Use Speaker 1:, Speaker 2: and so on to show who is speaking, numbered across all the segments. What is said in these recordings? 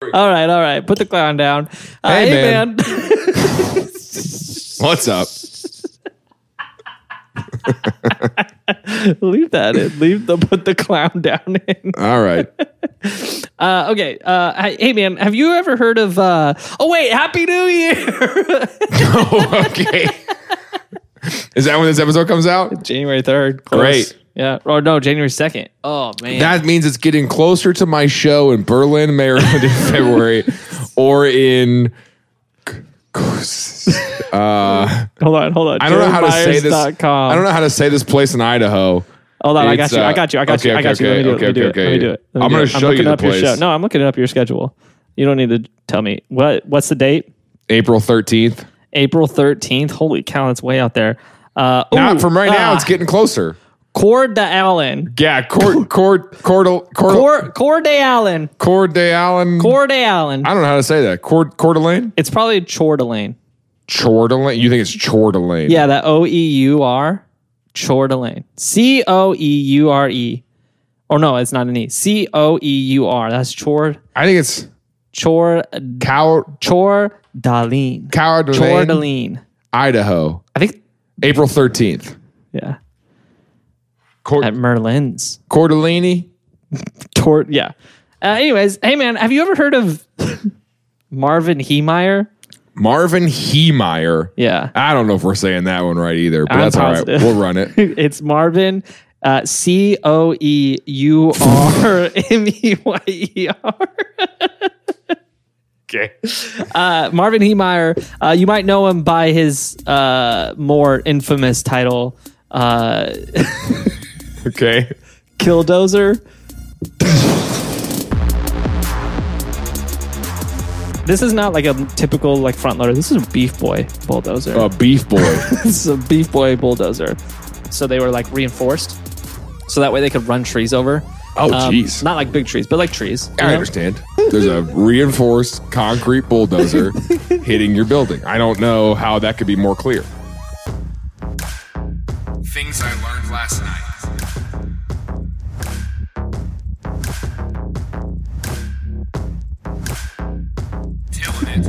Speaker 1: Perfect. All right, all right. Put the clown down. Uh,
Speaker 2: Hey,
Speaker 1: man.
Speaker 2: man. What's up?
Speaker 1: Leave that in. Leave the put the clown down in.
Speaker 2: All right.
Speaker 1: Uh, okay. Uh, hi- hey, man. Have you ever heard of? Uh, oh wait, Happy New Year,
Speaker 2: Oh, okay. Is that when this episode comes out?
Speaker 1: January third.
Speaker 2: Great.
Speaker 1: Yeah. Or no, January second. Oh man.
Speaker 2: That means it's getting closer to my show in Berlin, Maryland in February or in. Uh,
Speaker 1: hold on. Hold on.
Speaker 2: I don't know how to say this. I
Speaker 1: JeremyMyers.com.
Speaker 2: don't know how to say this place in Idaho.
Speaker 1: Hold on, I got
Speaker 2: It's,
Speaker 1: you.
Speaker 2: uh,
Speaker 1: I got you. I got
Speaker 2: okay,
Speaker 1: you. I got
Speaker 2: okay,
Speaker 1: you. Let me do
Speaker 2: okay,
Speaker 1: it. Let me do it.
Speaker 2: okay,
Speaker 1: Let me do it. Let me
Speaker 2: I'm
Speaker 1: do
Speaker 2: gonna
Speaker 1: it.
Speaker 2: show you
Speaker 1: looking
Speaker 2: the
Speaker 1: up your
Speaker 2: place.
Speaker 1: show. No, I'm looking up your schedule. You don't need to tell me what. What's the date?
Speaker 2: April 13th.
Speaker 1: April 13th. Holy cow, it's way out there. Uh, ooh,
Speaker 2: Not from right now.
Speaker 1: ah,
Speaker 2: It's getting closer.
Speaker 1: Cord de Allen.
Speaker 2: Yeah, Cord Cord Cordal Cord
Speaker 1: Cord, Cord de Allen.
Speaker 2: Cord de Allen.
Speaker 1: Cord de Allen.
Speaker 2: I don't know how to say that. Cord Cordelane.
Speaker 1: It's probably Chordelane.
Speaker 2: Chordelane. You think it's Chordelane?
Speaker 1: Yeah, that O E U R. Chordelane. C O E U R E. Oh, no, it's not an E. C O E U R. That's Chor.
Speaker 2: I think it's
Speaker 1: Chor.
Speaker 2: Cow
Speaker 1: Chor Daline.
Speaker 2: Cowderlane,
Speaker 1: Chordelane.
Speaker 2: Idaho,
Speaker 1: I think.
Speaker 2: April 13th.
Speaker 1: Yeah. At
Speaker 2: Cord
Speaker 1: Merlin's.
Speaker 2: Cordelini.
Speaker 1: Tor. Yeah. Uh, anyways, hey, man, have you ever heard of Marvin Heemeyer?
Speaker 2: Marvin Heemeyer.
Speaker 1: Yeah.
Speaker 2: I don't know if we're saying that one right either, but
Speaker 1: I'm
Speaker 2: that's
Speaker 1: positive.
Speaker 2: all right. We'll run it.
Speaker 1: it's Marvin. Uh, C O E U R M E Y E R.
Speaker 2: Okay.
Speaker 1: Uh, Marvin Heemeyer. Uh, you might know him by his uh, more infamous title, uh,
Speaker 2: Okay.
Speaker 1: Killdozer. this is not like a typical like front loader. This is a beef boy bulldozer.
Speaker 2: A beef boy.
Speaker 1: this is a beef boy bulldozer. So they were like reinforced, so that way they could run trees over.
Speaker 2: Oh,
Speaker 1: Um,
Speaker 2: jeez.
Speaker 1: not like big trees, but like trees. you
Speaker 2: I
Speaker 1: know?
Speaker 2: understand. There's a reinforced concrete bulldozer hitting your building. I don't know how that could be more clear. Things I learned last night.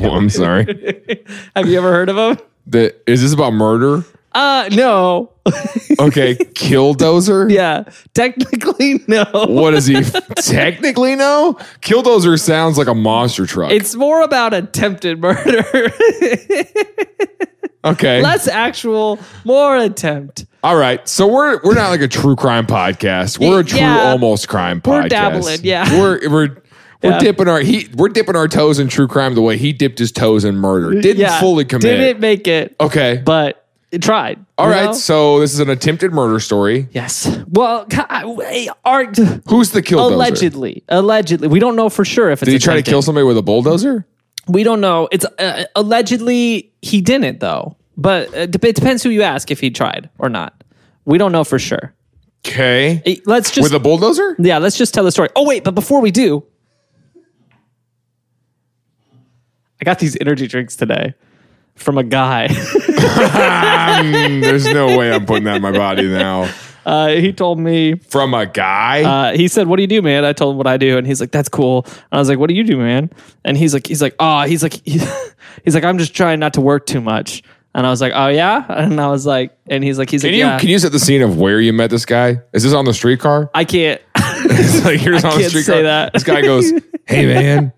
Speaker 2: Oh, I'm sorry.
Speaker 1: Have you ever heard of them?
Speaker 2: The, is this about murder?
Speaker 1: Uh, no.
Speaker 2: Okay, killdozer.
Speaker 1: yeah, technically no.
Speaker 2: What does he technically know? Killdozer sounds like a monster truck.
Speaker 1: It's more about attempted murder,
Speaker 2: okay.
Speaker 1: less actual, more attempt.
Speaker 2: All right, so we're we're not like a true crime podcast. We're a true
Speaker 1: Yeah.
Speaker 2: almost crime podcast.
Speaker 1: We're dabbling, yeah.
Speaker 2: We're we're we're
Speaker 1: Yeah.
Speaker 2: dipping our he we're dipping our toes in true crime the way he dipped his toes in murder. Didn't
Speaker 1: Yeah,
Speaker 2: fully commit.
Speaker 1: Didn't make it,
Speaker 2: Okay.
Speaker 1: but it tried.
Speaker 2: All
Speaker 1: you
Speaker 2: right,
Speaker 1: know?
Speaker 2: so this is an attempted murder story.
Speaker 1: Yes. Well, ca- I- art
Speaker 2: Who's the killdozer?
Speaker 1: allegedly, allegedly, we don't know for sure if it's
Speaker 2: Did he try to
Speaker 1: attempted.
Speaker 2: kill somebody with a bulldozer?
Speaker 1: We don't know. It's uh, allegedly he didn't though, but uh, dep- it depends who you ask if he tried or not. We don't know for sure.
Speaker 2: Okay.
Speaker 1: Eh, Let's just
Speaker 2: With a bulldozer?
Speaker 1: yeah, let's just tell the story. Oh wait, but before we do, I got these energy drinks today from a guy.
Speaker 2: Mm, There's no way I'm putting that in my body now.
Speaker 1: uh, he told me
Speaker 2: From a guy?
Speaker 1: uh, he said, "What do you do, man?" I told him what I do, and he's like, "That's cool." And I was like, "What do you do, man?" And he's like, "He's like, oh, he's like, he's like, I'm just trying not to work too much." And I was like, "Oh yeah," and I was like, and he's like, he's
Speaker 2: can
Speaker 1: like,
Speaker 2: you
Speaker 1: yeah,
Speaker 2: can you set the scene of where you met this guy? Is this on the streetcar?
Speaker 1: I can't.
Speaker 2: It's like here's on the
Speaker 1: can't
Speaker 2: streetcar.
Speaker 1: say that.
Speaker 2: This guy goes, "Hey man,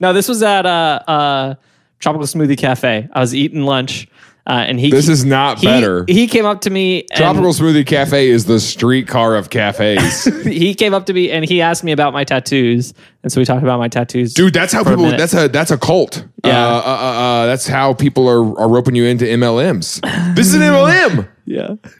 Speaker 1: no, this was at uh, uh, Tropical Smoothie Cafe. I was eating lunch, uh, and he
Speaker 2: this is not
Speaker 1: he,
Speaker 2: better."
Speaker 1: He came up to me. and-
Speaker 2: Tropical Smoothie Cafe is the streetcar of cafes,
Speaker 1: he came up to me and he asked me about my tattoos, and so we talked about my tattoos.
Speaker 2: dude. That's how
Speaker 1: For a
Speaker 2: people.
Speaker 1: minute.
Speaker 2: That's a that's a cult.
Speaker 1: Yeah.
Speaker 2: Uh, uh, uh, uh, that's how people are are roping you into MLMs. This is an MLM.
Speaker 1: yeah.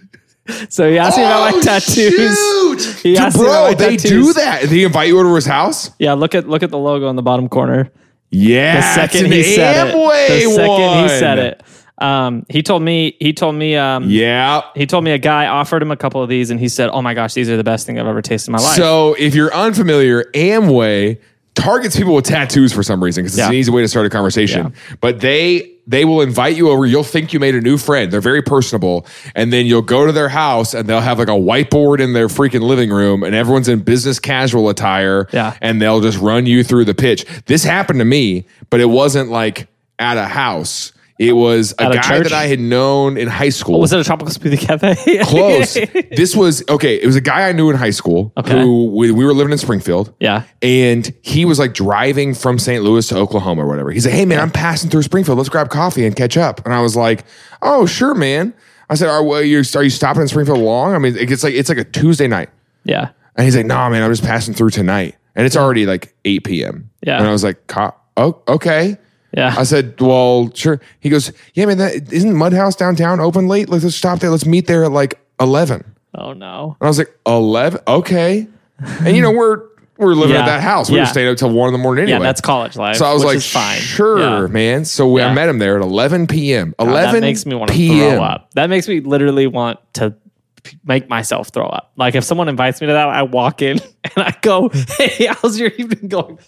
Speaker 1: So he asked me about my
Speaker 2: Oh,
Speaker 1: tattoos.
Speaker 2: shoot.
Speaker 1: He
Speaker 2: Dude,
Speaker 1: asked me about
Speaker 2: bro,
Speaker 1: my
Speaker 2: they
Speaker 1: tattoos.
Speaker 2: do that. They invite you over to his house.
Speaker 1: Yeah, look at look at the logo in the bottom corner.
Speaker 2: Yeah,
Speaker 1: The
Speaker 2: it's
Speaker 1: second
Speaker 2: an
Speaker 1: he said
Speaker 2: Amway
Speaker 1: it. The second
Speaker 2: one.
Speaker 1: he said it. Um, he told me he told me um,
Speaker 2: Yeah.
Speaker 1: he told me a guy offered him a couple of these and he said, "Oh my gosh, these are the best thing I've ever tasted in my life."
Speaker 2: So if you're unfamiliar, Amway targets people with tattoos for some reason because it's
Speaker 1: Yeah.
Speaker 2: an easy way to start a conversation. But they they will invite you over. You'll think you made a new friend. They're very personable, and then you'll go to their house and they'll have like a whiteboard in their freaking living room, and everyone's in business casual attire.
Speaker 1: Yeah.
Speaker 2: and they'll just run you through the pitch. This happened to me, but it wasn't like at a house. It was a
Speaker 1: At a
Speaker 2: guy
Speaker 1: church?
Speaker 2: that I had known in high school.
Speaker 1: Was it a tropical smoothie cafe?
Speaker 2: Close. this was okay. It was a guy I knew in high school
Speaker 1: Okay.
Speaker 2: who we, we were living in Springfield.
Speaker 1: Yeah.
Speaker 2: And he was like driving from St. Louis to Oklahoma or whatever. He's like, hey, man, I'm passing through Springfield. Let's grab coffee and catch up. And I was like, oh, sure, man. I said, are, well, you, are you stopping in Springfield long? I mean, it's like it's like a Tuesday night.
Speaker 1: yeah.
Speaker 2: And he's like, nah, man, I'm just passing through tonight. And it's already like 8 p.m.
Speaker 1: Yeah.
Speaker 2: And I was like, "Co- oh, okay.
Speaker 1: Yeah.
Speaker 2: I said, "Well, sure." He goes, "Yeah, man, that isn't Mudhouse downtown open late? Like, let's stop there. Let's meet there at like 11." And
Speaker 1: oh no.
Speaker 2: I was like, "11? Okay." And you know, we're we're living
Speaker 1: Yeah.
Speaker 2: at that house. We were
Speaker 1: Yeah.
Speaker 2: staying up till one in the morning
Speaker 1: Yeah,
Speaker 2: anyway.
Speaker 1: that's college life.
Speaker 2: so I was
Speaker 1: which
Speaker 2: like,
Speaker 1: is fine.
Speaker 2: "Sure,
Speaker 1: Yeah.
Speaker 2: man." So we,
Speaker 1: Yeah.
Speaker 2: I met him there at 11 p.m. 11
Speaker 1: God, that makes me want to
Speaker 2: p.m.
Speaker 1: throw up. That makes me literally want to p- make myself throw up. Like if someone invites me to that, I walk in and I go, "Hey, how's your evening going?"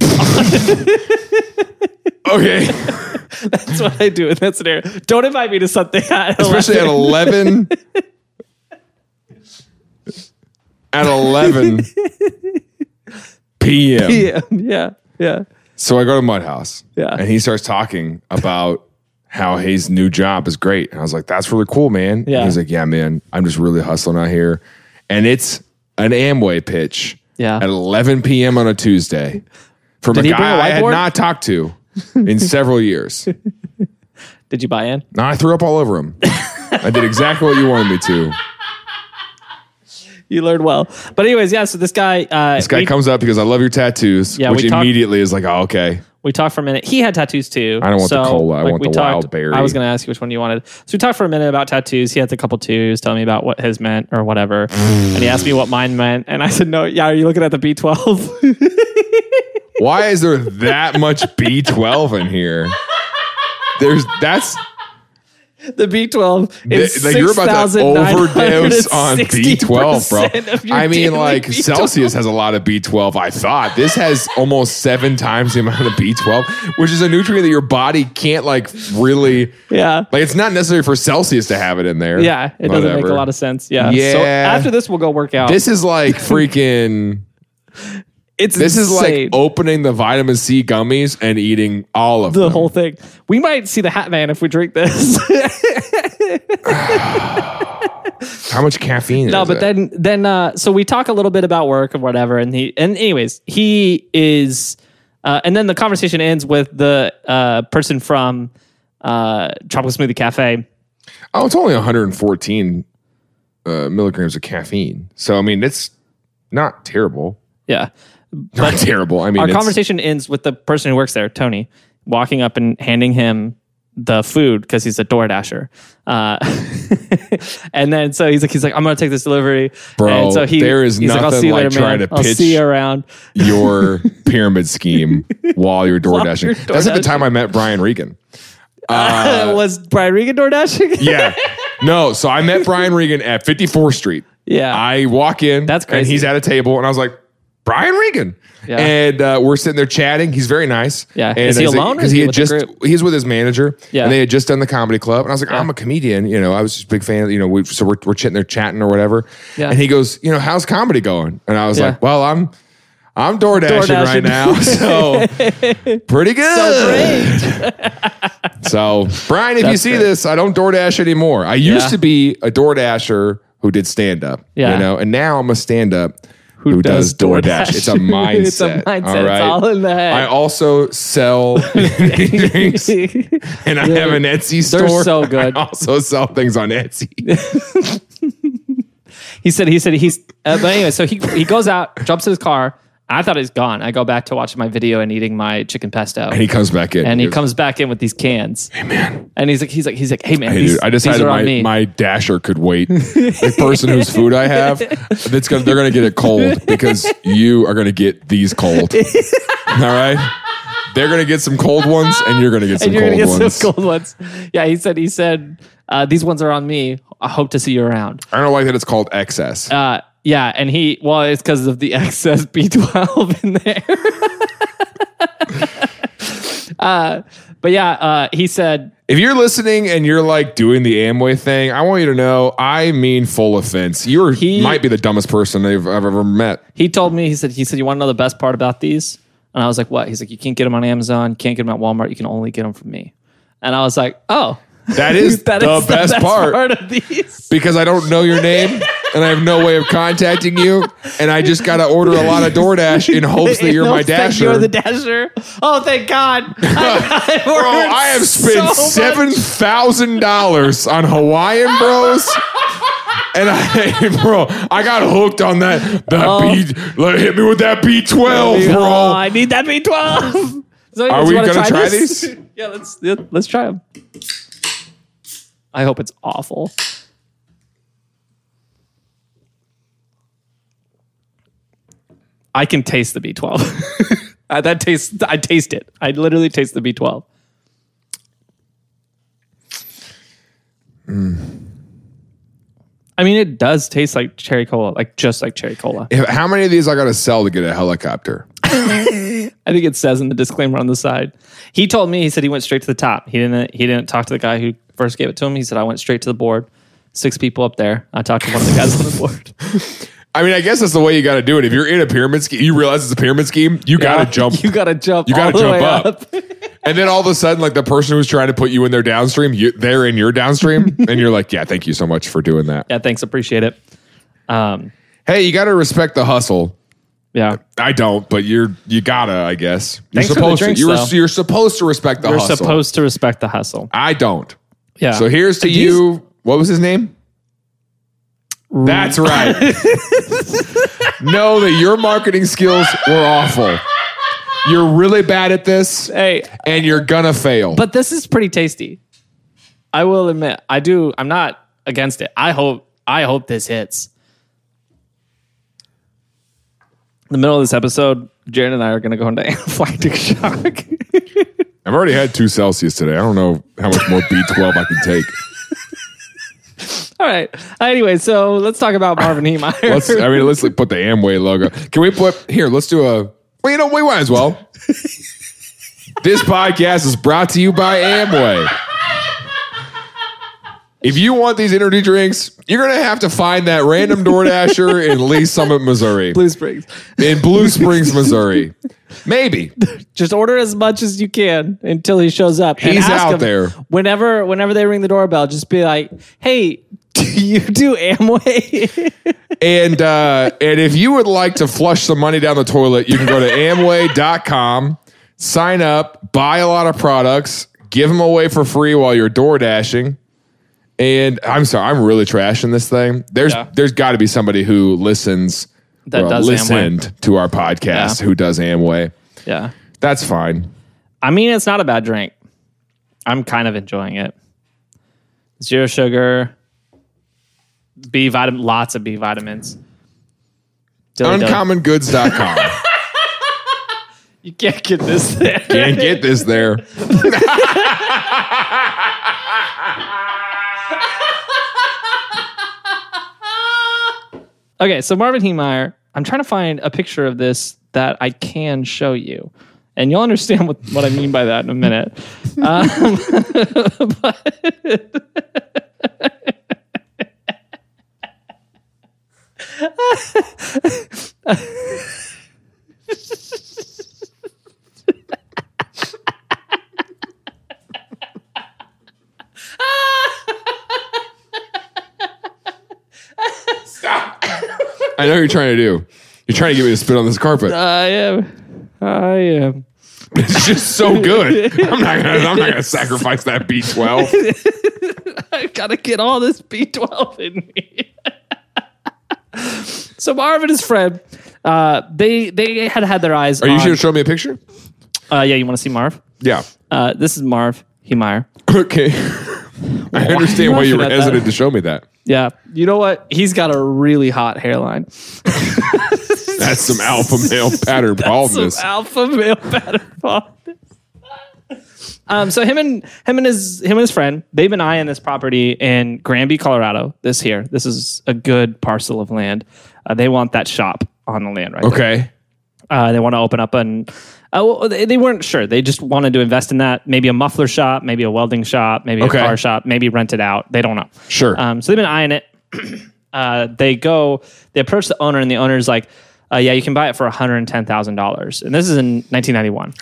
Speaker 2: Okay,
Speaker 1: That's what I do in that scenario. Don't invite me to something, at
Speaker 2: especially at
Speaker 1: 11.
Speaker 2: 11. at 11 p.m.
Speaker 1: yeah, yeah, yeah.
Speaker 2: So I go to Mudhouse.
Speaker 1: Yeah.
Speaker 2: And he starts talking about how his new job is great. And I was like, that's really cool, man. And
Speaker 1: Yeah.
Speaker 2: he's like, yeah, man, I'm just really hustling out here. And it's an Amway pitch
Speaker 1: Yeah.
Speaker 2: at 11 p.m. on a Tuesday from
Speaker 1: Did
Speaker 2: a
Speaker 1: he
Speaker 2: guy
Speaker 1: bring a
Speaker 2: I had
Speaker 1: whiteboard?
Speaker 2: not talked to in several years.
Speaker 1: Did you buy in?
Speaker 2: Now I threw up all over him. I did exactly what you wanted me to.
Speaker 1: You learned well. But anyways, yeah. So this guy, uh,
Speaker 2: This guy
Speaker 1: we,
Speaker 2: comes up because I love your tattoos,
Speaker 1: Yeah,
Speaker 2: which
Speaker 1: we talked-
Speaker 2: immediately is like, oh, okay.
Speaker 1: we talked for a minute. He had tattoos too. I
Speaker 2: don't want the cola. I want the wild berry.
Speaker 1: I was going to ask you which one you wanted. So we talked for a minute about tattoos. He had a couple too. He was telling me about what his meant or whatever, and he asked me what mine meant, and I said, "No, yeah. Are you looking at the B 12
Speaker 2: Why is there that much B12 in here? There's that's
Speaker 1: the B12 is
Speaker 2: Th- like you're about to overdose on
Speaker 1: 6,960%
Speaker 2: B12,
Speaker 1: of
Speaker 2: bro.
Speaker 1: your
Speaker 2: I mean,
Speaker 1: daily
Speaker 2: like
Speaker 1: B12.
Speaker 2: Celsius has a lot of B12. I thought this has almost seven times the amount of B12, which is a nutrient that your body can't like really.
Speaker 1: Yeah.
Speaker 2: Like it's not necessary for Celsius to have it in there.
Speaker 1: Yeah, it doesn't make a lot of sense. Yeah. So
Speaker 2: Yeah.
Speaker 1: after this, we'll go work out.
Speaker 2: This is like freaking.
Speaker 1: it's
Speaker 2: This is like
Speaker 1: insane,
Speaker 2: opening the vitamin C gummies and eating all of
Speaker 1: the
Speaker 2: them.
Speaker 1: whole thing. We might see the Hat Man if we drink this.
Speaker 2: How much caffeine?
Speaker 1: no,
Speaker 2: is
Speaker 1: but
Speaker 2: it?
Speaker 1: then then uh, so we talk a little bit about work and whatever, and he and anyways he is, uh, and then the conversation ends with the uh, person from uh, Tropical Smoothie Cafe.
Speaker 2: Oh, it's only 114 uh, milligrams of caffeine. So I mean, it's not terrible.
Speaker 1: Yeah.
Speaker 2: Not terrible. I mean,
Speaker 1: Our
Speaker 2: it's-
Speaker 1: conversation ends with the person who works there, Tony, walking up and handing him the food because he's a DoorDasher. Uh, and then so he's like, he's like, I'm gonna take this delivery,
Speaker 2: Bro,
Speaker 1: And so
Speaker 2: there is
Speaker 1: he's I'll
Speaker 2: nothing
Speaker 1: see you
Speaker 2: like
Speaker 1: later,
Speaker 2: trying
Speaker 1: man.
Speaker 2: to
Speaker 1: I'll
Speaker 2: pitch
Speaker 1: see you around.
Speaker 2: your pyramid scheme while you're door dashing.
Speaker 1: you're
Speaker 2: That's at the
Speaker 1: DoorDashing.
Speaker 2: time I met Brian Regan.
Speaker 1: Was Brian Regan DoorDashing?
Speaker 2: uh, Yeah. No, so I met Brian Regan at 54th Street.
Speaker 1: yeah.
Speaker 2: I walk in.
Speaker 1: That's
Speaker 2: And
Speaker 1: crazy.
Speaker 2: he's at a table, and I was like, Brian Regan.
Speaker 1: Yeah.
Speaker 2: And uh, we're sitting there chatting. He's very nice.
Speaker 1: Yeah.
Speaker 2: And
Speaker 1: Is he alone or is
Speaker 2: Because he
Speaker 1: he
Speaker 2: had
Speaker 1: with the
Speaker 2: just,
Speaker 1: group?
Speaker 2: he's with his manager.
Speaker 1: Yeah.
Speaker 2: And they had just done the comedy club. And I was like, I'm a comedian. You know, I was just a big fan. Of, you know, we, so we're, we're sitting there chatting or whatever.
Speaker 1: Yeah.
Speaker 2: And he goes, You know, how's comedy going? And I was
Speaker 1: Yeah.
Speaker 2: like, Well, I'm, I'm door dashing
Speaker 1: DoorDashing.
Speaker 2: right now. So pretty good. So, Brian, if you
Speaker 1: That's
Speaker 2: see
Speaker 1: great.
Speaker 2: this, I don't DoorDash anymore. I used
Speaker 1: Yeah.
Speaker 2: to be a DoorDasher who did stand up,
Speaker 1: Yeah.
Speaker 2: you know, and now I'm a stand up who,
Speaker 1: does
Speaker 2: does, DoorDash.
Speaker 1: DoorDash.
Speaker 2: It's a mindset.
Speaker 1: It's a mindset. It's all in the head.
Speaker 2: I also sell energy drinks and I have an Etsy store.
Speaker 1: They're so good.
Speaker 2: I also sell things on Etsy.
Speaker 1: he said he said he's uh, but anyway so he he goes out jumps in his car i thought he's gone i go back to watching my video and eating my chicken pesto
Speaker 2: And he comes back in.
Speaker 1: and he
Speaker 2: goes,
Speaker 1: comes back in with these cans hey man and he's like he's like he's like hey man
Speaker 2: Hey,
Speaker 1: these,
Speaker 2: dude, I
Speaker 1: these
Speaker 2: decided
Speaker 1: are on
Speaker 2: my,
Speaker 1: me
Speaker 2: my dasher could wait. The person whose food I have, that's gonna they're gonna get it cold because you are gonna get these cold. All right, they're gonna get some cold ones, and you're gonna get some
Speaker 1: and you're
Speaker 2: cold
Speaker 1: gonna get
Speaker 2: ones.
Speaker 1: some cold ones yeah he said he said uh, these ones are on me i hope to see you around
Speaker 2: I don't like that it's called excess.
Speaker 1: uh, yeah, and he well, it's because of the excess B12 in there. uh, but yeah, uh, he said
Speaker 2: If you're listening and you're like doing the Amway thing, I want you to know I mean full offense. You
Speaker 1: He-
Speaker 2: might be the dumbest person I've, I've ever met.
Speaker 1: he told me he said he said you want to know the best part about these, and I was like, what? He's like, you can't get them on Amazon, you can't get them at Walmart, you can only get them from me, and I was like, oh.
Speaker 2: That is the best part.
Speaker 1: of these.
Speaker 2: because I don't know your name and I have no way of contacting you, and I just gotta order a lot of DoorDash in hopes that you're my
Speaker 1: It knows that
Speaker 2: dasher.
Speaker 1: You're the dasher. Oh, thank God! I, I've
Speaker 2: bro,
Speaker 1: ordered
Speaker 2: I have spent
Speaker 1: so much.
Speaker 2: seven thousand dollars on Hawaiian Bros. And I, bro, I got hooked on that. That B, let hit me with that B twelve,
Speaker 1: Oh,
Speaker 2: bro.
Speaker 1: I need that B twelve.
Speaker 2: Are we gonna try these?
Speaker 1: yeah, let's yeah, let's try them. I hope it's awful. I can taste the B twelve. Uh, that tastes. I taste it. I literally taste the B twelve.
Speaker 2: Hmm.
Speaker 1: I mean, it does taste like cherry cola, like just like cherry cola.
Speaker 2: If- How many of these I gotta sell to get a helicopter?
Speaker 1: I think it says in the disclaimer on the side. He told me he said he went straight to the top. He didn't he didn't talk to the guy who first gave it to him. He said I went straight to the board. Six people up there. I talked to one of the guys on the board.
Speaker 2: I mean, I guess that's the way you gotta do it. If you're in a pyramid scheme, you realize it's a pyramid scheme. You gotta jump.
Speaker 1: You gotta jump.
Speaker 2: You gotta
Speaker 1: all the
Speaker 2: jump
Speaker 1: way
Speaker 2: up. And then all of a sudden, like the person who's trying to put you in their downstream, you, they're in your downstream, and you're like, "Yeah, thank you so much for doing that."
Speaker 1: Yeah, thanks. Appreciate it. Um,
Speaker 2: Hey, you got to respect the hustle.
Speaker 1: yeah.
Speaker 2: I don't, but you're you gotta, I guess. You're
Speaker 1: Thanks for the
Speaker 2: supposed
Speaker 1: drinks,
Speaker 2: to. You're,
Speaker 1: though.
Speaker 2: you're supposed to respect the
Speaker 1: You're
Speaker 2: hustle.
Speaker 1: supposed Uh, to respect the hustle.
Speaker 2: I don't.
Speaker 1: Yeah.
Speaker 2: So here's to
Speaker 1: These-
Speaker 2: you. What was his name? That's right. know that your marketing skills were awful. You're really bad at this,
Speaker 1: Hey,
Speaker 2: and you're gonna fail.
Speaker 1: but this is pretty tasty. I will admit, I do. I'm not against it. I hope. I hope this hits. In the middle of this episode, Jared and I are going to go into anaphylactic shock.
Speaker 2: I've already had two Celsius today. I don't know how much more B12 I can take.
Speaker 1: All right. Anyway, so let's talk about Marvin Heemeyer.
Speaker 2: Let's. I mean, let's like, put the Amway logo. Can we put here? Let's do a. Well, you know, we might as well. this podcast is brought to you by Amway. If you want these energy drinks, you're gonna have to find that random DoorDasher in Lee Summit, Missouri,
Speaker 1: Blue Springs.
Speaker 2: in Blue Springs, Missouri. Maybe
Speaker 1: Just order as much as you can until he shows up. And
Speaker 2: He's
Speaker 1: ask
Speaker 2: out
Speaker 1: him
Speaker 2: there.
Speaker 1: Whenever, whenever they ring the doorbell, just be like, "Hey, do you do Amway?"
Speaker 2: And uh, and if you would like to flush some money down the toilet, you can go to Amway.com, sign up, buy a lot of products, give them away for free while you're door dashing. And I'm sorry, I'm really trashing this thing. There's
Speaker 1: Yeah.
Speaker 2: there's got to be somebody who listens
Speaker 1: That
Speaker 2: or
Speaker 1: does Amway.
Speaker 2: listened to our podcast
Speaker 1: Yeah.
Speaker 2: who does Amway.
Speaker 1: yeah.
Speaker 2: That's fine.
Speaker 1: I mean, it's not a bad drink. I'm kind of enjoying it. Zero sugar, B vitamin, lots of B vitamins. Dilly dilly.
Speaker 2: Uncommongoods.com.
Speaker 1: You can't get this there.
Speaker 2: Can't get this there.
Speaker 1: Okay, so Marvin Heemeyer, I'm trying to find a picture of this that I can show you. And you'll understand what, what I mean by that in a minute. Um,
Speaker 2: I know what you're trying to do. You're trying to get me to spit on this carpet.
Speaker 1: I am. I am.
Speaker 2: It's just so good. I'm not gonna. I'm not gonna sacrifice that B12.
Speaker 1: I gotta get all this B12 in me. so Marvin and his friend, uh, they they had had their eyes.
Speaker 2: Are you
Speaker 1: on,
Speaker 2: sure to show me a picture?
Speaker 1: Uh, yeah, you want to see Marv?
Speaker 2: Yeah.
Speaker 1: Uh, this is Marv Heemeyer.
Speaker 2: Okay. I understand why you
Speaker 1: laughing
Speaker 2: were
Speaker 1: at that?
Speaker 2: hesitant to show me that.
Speaker 1: Yeah, you know what? He's got a really hot hairline.
Speaker 2: That's some alpha male pattern baldness.
Speaker 1: Some alpha male pattern baldness. um, so him and him and his him and his friend, they've been eyeing this property in Granby, Colorado. This here, this is a good parcel of land. Uh, they want that shop on the land right there.
Speaker 2: Okay.
Speaker 1: Uh, they want to open up an. Uh, well, they, they weren't sure. They just wanted to invest in that. Maybe a muffler shop, maybe a welding shop, maybe
Speaker 2: Okay.
Speaker 1: a car shop, maybe rent it out. They don't know.
Speaker 2: Sure.
Speaker 1: Um, so they've been eyeing it. uh, they go, they approach the owner, and the owner's like, uh, "Yeah, you can buy it for one hundred and ten thousand dollars." And this is in nineteen ninety one.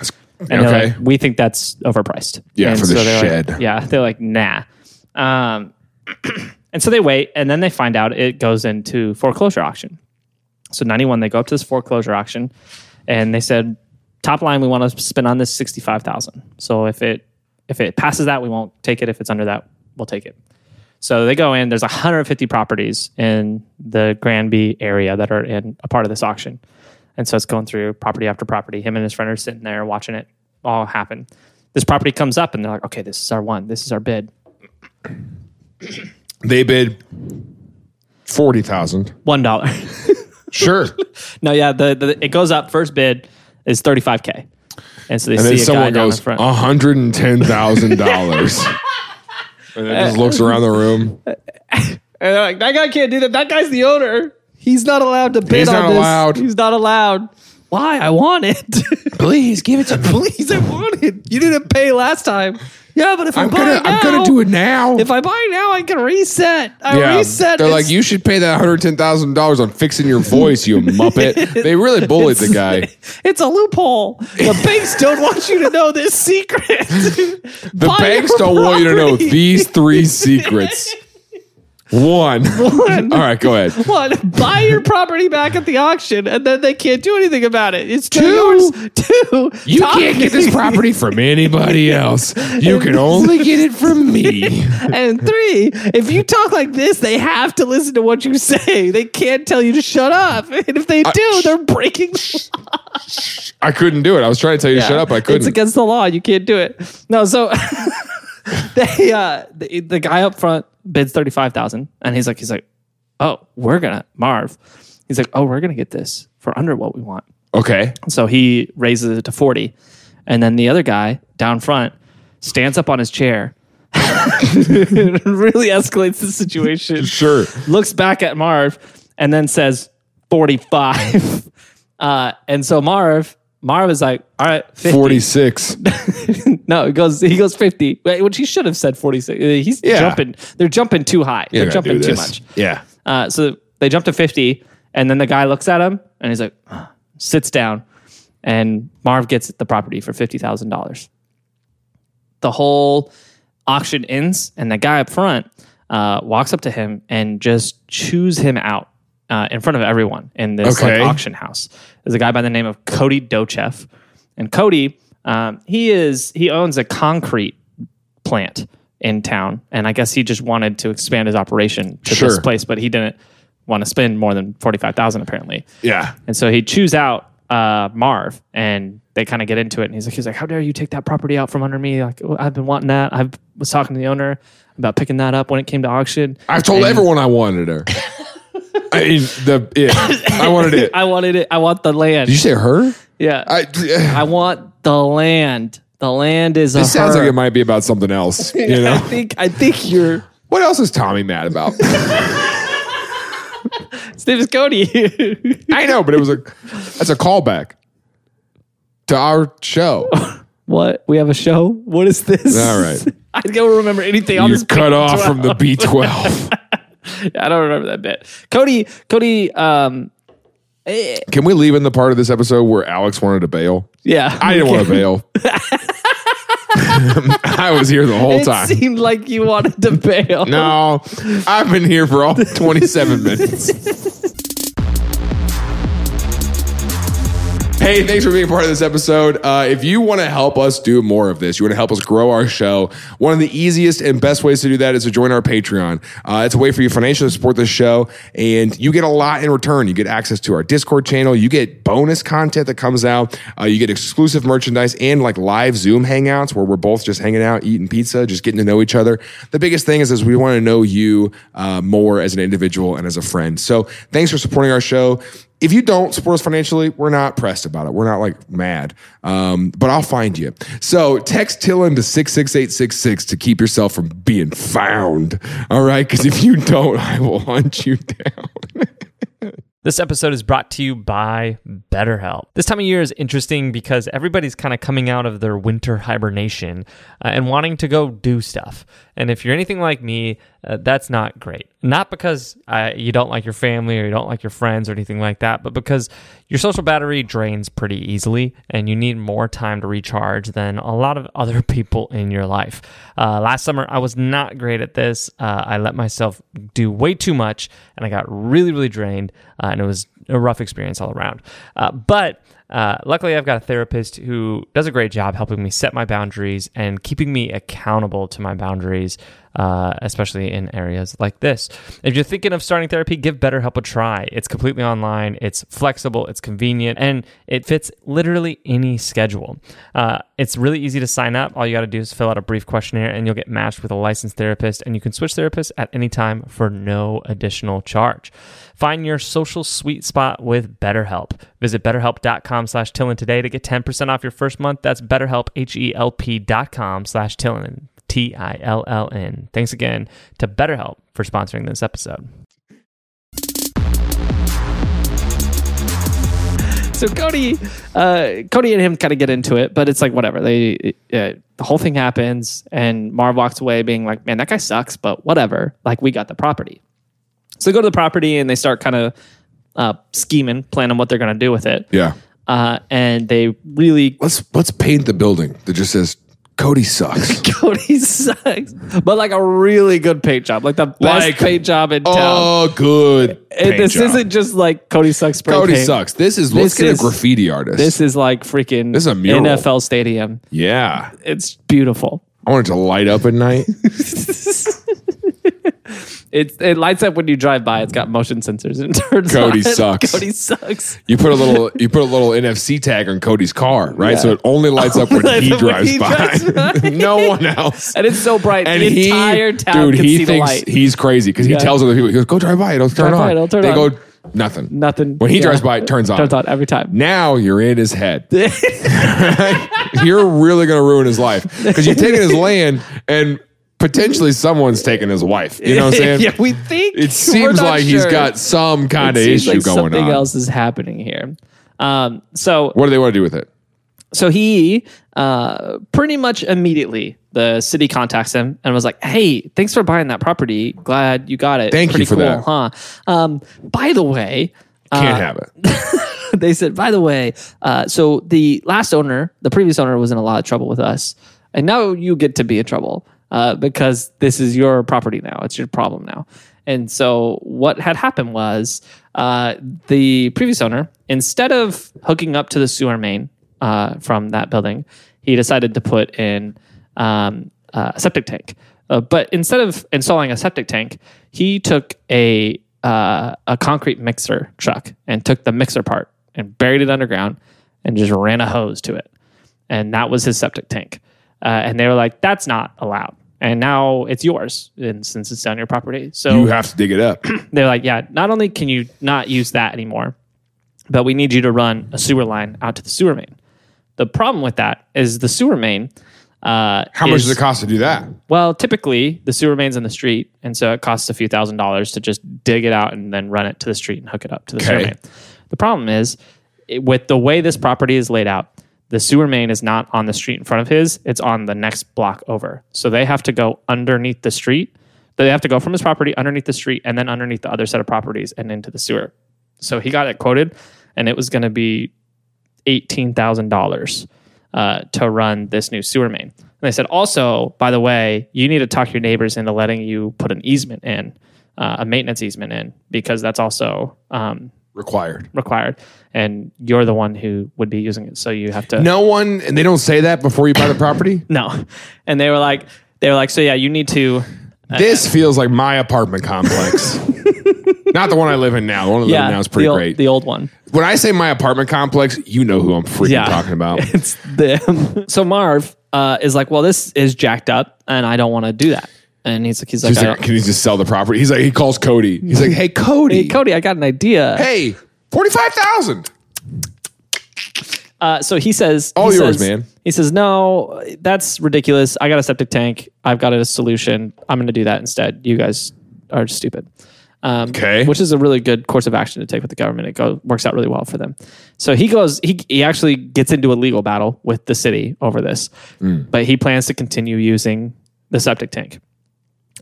Speaker 1: And they're
Speaker 2: okay.
Speaker 1: like, we think that's overpriced.
Speaker 2: Yeah,
Speaker 1: And
Speaker 2: for the
Speaker 1: they're like-
Speaker 2: shed.
Speaker 1: yeah, they're like, nah. Um, and so they wait, and then they find out it goes into foreclosure auction. So ninety one, they go up to this foreclosure auction, and they said, top line, we want to spend on this sixty five thousand. So if it if it passes that, we won't take it. If it's under that, we'll take it. So they go in. There's 150 properties in the Granby area that are in a part of this auction, and so it's going through property after property. Him and his friend are sitting there watching it all happen. This property comes up, and they're like, "Okay, this is our one. This is our bid."
Speaker 2: They bid forty thousand.
Speaker 1: One dollar.
Speaker 2: Sure.
Speaker 1: no, yeah, the, the it goes up. First bid is 35k, and so they
Speaker 2: And
Speaker 1: see a
Speaker 2: then
Speaker 1: guy
Speaker 2: someone
Speaker 1: down
Speaker 2: goes "Uh-"
Speaker 1: in front.
Speaker 2: hundred and ten thousand dollars. And then just looks around the room.
Speaker 1: And they're like, that guy can't do that. That guy's the owner. He's not allowed to bid
Speaker 2: He's
Speaker 1: on
Speaker 2: not
Speaker 1: this.
Speaker 2: allowed.
Speaker 1: He's not allowed. Why? I want it. Please give it to me. Please, I want it. You didn't pay last time. Yeah, but if i
Speaker 2: I'm
Speaker 1: buy
Speaker 2: gonna
Speaker 1: it now,
Speaker 2: I'm gonna do it now.
Speaker 1: If I buy it now, I can reset. I reset.
Speaker 2: They're
Speaker 1: It's-
Speaker 2: like, you should pay that hundred ten thousand dollars on fixing your voice, you muppet. They really bullied the guy.
Speaker 1: It's a loophole. The banks don't want you to know this secret.
Speaker 2: The banks don't want you to know these three secrets. One. All right, go ahead.
Speaker 1: One, buy your property back at the auction, and then they can't do anything about it. It's two. Yours. Two,
Speaker 2: You
Speaker 1: Top-
Speaker 2: can't get this property from anybody else. You can only get it from me.
Speaker 1: and three, if you talk like this, they have to listen to what you say. They can't tell you to shut up. And if they do, they're breaking the law.
Speaker 2: I couldn't do it. I was trying to tell you to shut up. I
Speaker 1: It's
Speaker 2: couldn't.
Speaker 1: against the law. You can't do it. No, so they uh the, the guy up front bids 35,000 and he's like he's like, "Oh, we're going to Marv." He's like, "Oh, we're going to get this for under what we want."
Speaker 2: Okay.
Speaker 1: So he raises it to 40. And then the other guy down front stands up on his chair. really escalates the situation.
Speaker 2: Sure.
Speaker 1: Looks back at Marv and then says 45. Uh, and so Marv, Marv is like, all right, 50.
Speaker 2: 46.
Speaker 1: No, he goes, he goes 50, Wait, which he should have said 46. Uh, He's
Speaker 2: Yeah.
Speaker 1: jumping. They're jumping too high.
Speaker 2: You're
Speaker 1: They're
Speaker 2: gonna do
Speaker 1: jumping too
Speaker 2: this.
Speaker 1: much.
Speaker 2: Yeah.
Speaker 1: Uh, so they jump to 50, and then the guy looks at him and he's like, "Huh," sits down, and Marv gets the property for $50,000. The whole auction ends, and the guy up front uh, walks up to him and just chews him out. Uh, in front of everyone in this like,
Speaker 2: Okay.
Speaker 1: auction house, there's a guy by the name of Cody Dochev, and Cody, um, he is he owns a concrete plant in town, and I guess he just wanted to expand his operation to
Speaker 2: Sure.
Speaker 1: this place, but he didn't want to spend more than forty five thousand apparently,
Speaker 2: Yeah.
Speaker 1: and so he chews out uh, Marv, and they kind of get into it, and he's like, he's like, how dare you take that property out from under me? Like "Oh, I've been wanting that. I was talking to the owner about picking that up when it came to auction.
Speaker 2: I told everyone I wanted her. I mean, the it. I wanted it.
Speaker 1: I wanted it. I want the land.
Speaker 2: Did you say her?
Speaker 1: yeah, I,
Speaker 2: I, it
Speaker 1: want the land. The land is a
Speaker 2: sounds
Speaker 1: her.
Speaker 2: like it might be about something else. You
Speaker 1: I
Speaker 2: know,
Speaker 1: think I think you're
Speaker 2: what else is Tommy mad about?
Speaker 1: his name is Cody.
Speaker 2: I know, but it was a that's a callback to our show.
Speaker 1: What? We have a show? What is this?
Speaker 2: All right.
Speaker 1: I don't remember anything on
Speaker 2: You're
Speaker 1: this.
Speaker 2: cut off from the B twelve.
Speaker 1: I don't remember that bit. Cody, Cody, um,
Speaker 2: Can we leave in the part of this episode where Alex wanted to bail?
Speaker 1: yeah.
Speaker 2: I didn't want to bail. I was here the whole
Speaker 1: It
Speaker 2: time.
Speaker 1: seemed like you wanted to bail.
Speaker 2: No, I've been here for all 27 minutes. Hey, thanks for being part of this episode. Uh, if you want to help us do more of this, you want to help us grow our show, one of the easiest and best ways to do that is to join our Patreon. Uh, it's a way for you financially to support the show, and you get a lot in return. You get access to our Discord channel, you get bonus content that comes out, uh, you get exclusive merchandise, and like live Zoom hangouts where we're both just hanging out, eating pizza, just getting to know each other. The biggest thing is, is we want to know you uh, more as an individual and as a friend. So thanks for supporting our show. If you don't support us financially, we're not pressed about it. We're not like mad, um, but I'll find you. So text Tillin to 66866 to keep yourself from being found. All right. Cause if you don't, I will hunt you down.
Speaker 3: This episode is brought to you by BetterHelp. This time of year is interesting because everybody's kind of coming out of their winter hibernation uh, and wanting to go do stuff. And if you're anything like me, uh, that's not great. Not because uh, you don't like your family or you don't like your friends or anything like that, but because your social battery drains pretty easily and you need more time to recharge than a lot of other people in your life. Uh, last summer, I was not great at this. Uh, I let myself do way too much and I got really, really drained, uh, and it was a rough experience all around. Uh, but uh, luckily, I've got a therapist who does a great job helping me set my boundaries and keeping me accountable to my boundaries, uh, especially in areas like this. If you're thinking of starting therapy, give BetterHelp a try. It's completely online, it's flexible, it's convenient, and it fits literally any schedule. Uh, it's really easy to sign up. All you got to do is fill out a brief questionnaire, and you'll get matched with a licensed therapist, and you can switch therapists at any time for no additional charge. Find your social sweet spot with BetterHelp. Visit betterhelp.com slash Tillin today to get 10% off your first month. That's betterhelp, H-E-L-P dot com slash Tillin, T-I-L-L-N. Thanks again to BetterHelp for sponsoring this episode.
Speaker 1: So Cody, uh, Cody and him kind of get into it, but it's like whatever. They uh, the whole thing happens, and Marv walks away being like, "Man, that guy sucks," but whatever. Like we got the property. So they go to the property and they start kind of uh, scheming, planning what they're going to do with it.
Speaker 2: Yeah.
Speaker 1: Uh, and they really
Speaker 2: Let's let's paint the building that just says Cody sucks.
Speaker 1: Cody sucks, but like a really good paint job, like the best
Speaker 2: Like-
Speaker 1: paint job in town.
Speaker 2: oh, good.
Speaker 1: And
Speaker 2: paint
Speaker 1: this
Speaker 2: job.
Speaker 1: isn't just like Cody sucks. Spray
Speaker 2: Cody
Speaker 1: paint.
Speaker 2: sucks. This is let's
Speaker 1: This
Speaker 2: get
Speaker 1: is-
Speaker 2: a graffiti artist.
Speaker 1: This is like freaking
Speaker 2: This is a mural.
Speaker 1: NFL stadium.
Speaker 2: yeah.
Speaker 1: It's beautiful.
Speaker 2: I want it to light up at night.
Speaker 1: It it lights up when you drive by. It's got motion sensors and turns.
Speaker 2: Cody
Speaker 1: on.
Speaker 2: sucks.
Speaker 1: Cody sucks.
Speaker 2: You put a little you put a little NFC tag on Cody's car, right?
Speaker 1: Yeah.
Speaker 2: So it only lights up when
Speaker 1: Lights
Speaker 2: he
Speaker 1: up when
Speaker 2: drives
Speaker 1: he
Speaker 2: by.
Speaker 1: drives by.
Speaker 2: no one else.
Speaker 1: And it's so bright.
Speaker 2: And
Speaker 1: the
Speaker 2: he,
Speaker 1: entire town
Speaker 2: dude,
Speaker 1: can
Speaker 2: he
Speaker 1: see
Speaker 2: thinks
Speaker 1: the light.
Speaker 2: he's crazy because he
Speaker 1: Yeah.
Speaker 2: tells other people, he goes, "Go drive by, it'll turn
Speaker 1: Drive by,
Speaker 2: on."
Speaker 1: it'll turn
Speaker 2: they
Speaker 1: on.
Speaker 2: go, "Nothing,
Speaker 1: Nothing.
Speaker 2: When he
Speaker 1: yeah.
Speaker 2: drives by, it turns on.
Speaker 1: Turns on every time.
Speaker 2: Now you're in his head. you're really going to ruin his life because you're taking his land and potentially someone's taking his wife. You know what I'm saying?
Speaker 1: yeah, we think
Speaker 2: it
Speaker 1: We're
Speaker 2: seems
Speaker 1: not
Speaker 2: like he's
Speaker 1: sure.
Speaker 2: got some kind of
Speaker 1: Seems
Speaker 2: issue
Speaker 1: like
Speaker 2: going
Speaker 1: something
Speaker 2: on.
Speaker 1: else is happening here. Um, so
Speaker 2: What do they want to do with it?
Speaker 1: so he uh, pretty much immediately the city contacts him and was like, "Hey, thanks for buying that property. Glad you got it.
Speaker 2: Thank you
Speaker 1: pretty
Speaker 2: for
Speaker 1: cool,
Speaker 2: that.
Speaker 1: huh? Um, by the way,
Speaker 2: Can't
Speaker 1: uh,
Speaker 2: have it.
Speaker 1: they said, by the way, uh, so the last owner, the previous owner, was in a lot of trouble with us, and now you get to be in trouble uh, because this is your property now. It's your problem now. And so what had happened was uh, the previous owner, instead of hooking up to the sewer main uh, from that building, he decided to put in um, uh, a septic tank. Uh, but instead of installing a septic tank, he took a uh, a concrete mixer truck and took the mixer part and buried it underground and just ran a hose to it, and that was his septic tank. Uh, and they were like, "That's not allowed." And now it's yours, and since it's on your property, so
Speaker 2: You have to dig it up.
Speaker 1: they're like, yeah, not only can you not use that anymore, but we need you to run a sewer line out to the sewer main. The problem with that is the sewer main. Uh,
Speaker 2: How much does it cost to do that?
Speaker 1: Well, typically the sewer main's in the street, and so it costs a few thousand dollars to just dig it out and then run it to the street and hook it up to the sewer
Speaker 2: Okay.
Speaker 1: main. The problem is it, with the way this property is laid out. The sewer main is not on the street in front of his; it's on the next block over. So they have to go underneath the street. They have to go from his property underneath the street and then underneath the other set of properties and into the sewer. So he got it quoted, and it was going to be eighteen thousand dollars uh, to run this new sewer main. And they said, also, by the way, you need to talk your neighbors into letting you put an easement in, uh, a maintenance easement in, because that's also um,
Speaker 2: Required.
Speaker 1: required, and you're the one who would be using it, so you have to
Speaker 2: No one, and they don't say that before you buy the property.
Speaker 1: no. And they were like, they were like, so yeah, you need to.
Speaker 2: this feels like my apartment complex. Not the one I live in now. The one I live
Speaker 1: Yeah,
Speaker 2: in now is Oh, pretty
Speaker 1: the old,
Speaker 2: great.
Speaker 1: The old one.
Speaker 2: when I say my apartment complex, you know who I'm freaking
Speaker 1: Yeah.
Speaker 2: talking about.
Speaker 1: It's them. so Marv uh, is like, well, this is jacked up, and I don't want to do that. And he's like, he's like,
Speaker 2: He's
Speaker 1: I
Speaker 2: like,
Speaker 1: don't-
Speaker 2: can you just sell the property? He's like, he calls Cody. He's like, hey, Cody.
Speaker 1: hey, Cody, I got an idea.
Speaker 2: Hey, 45,000.
Speaker 1: Uh, so he says,
Speaker 2: All
Speaker 1: he
Speaker 2: yours,
Speaker 1: says-
Speaker 2: man.
Speaker 1: He says, no, that's ridiculous. I got a septic tank. I've got a solution. I'm going to do that instead. You guys are stupid. um,
Speaker 2: Okay.
Speaker 1: which is a really good course of action to take with the government. It go, works out really well for them. So he goes, he, he actually gets into a legal battle with the city over this, but he plans to continue using the septic tank.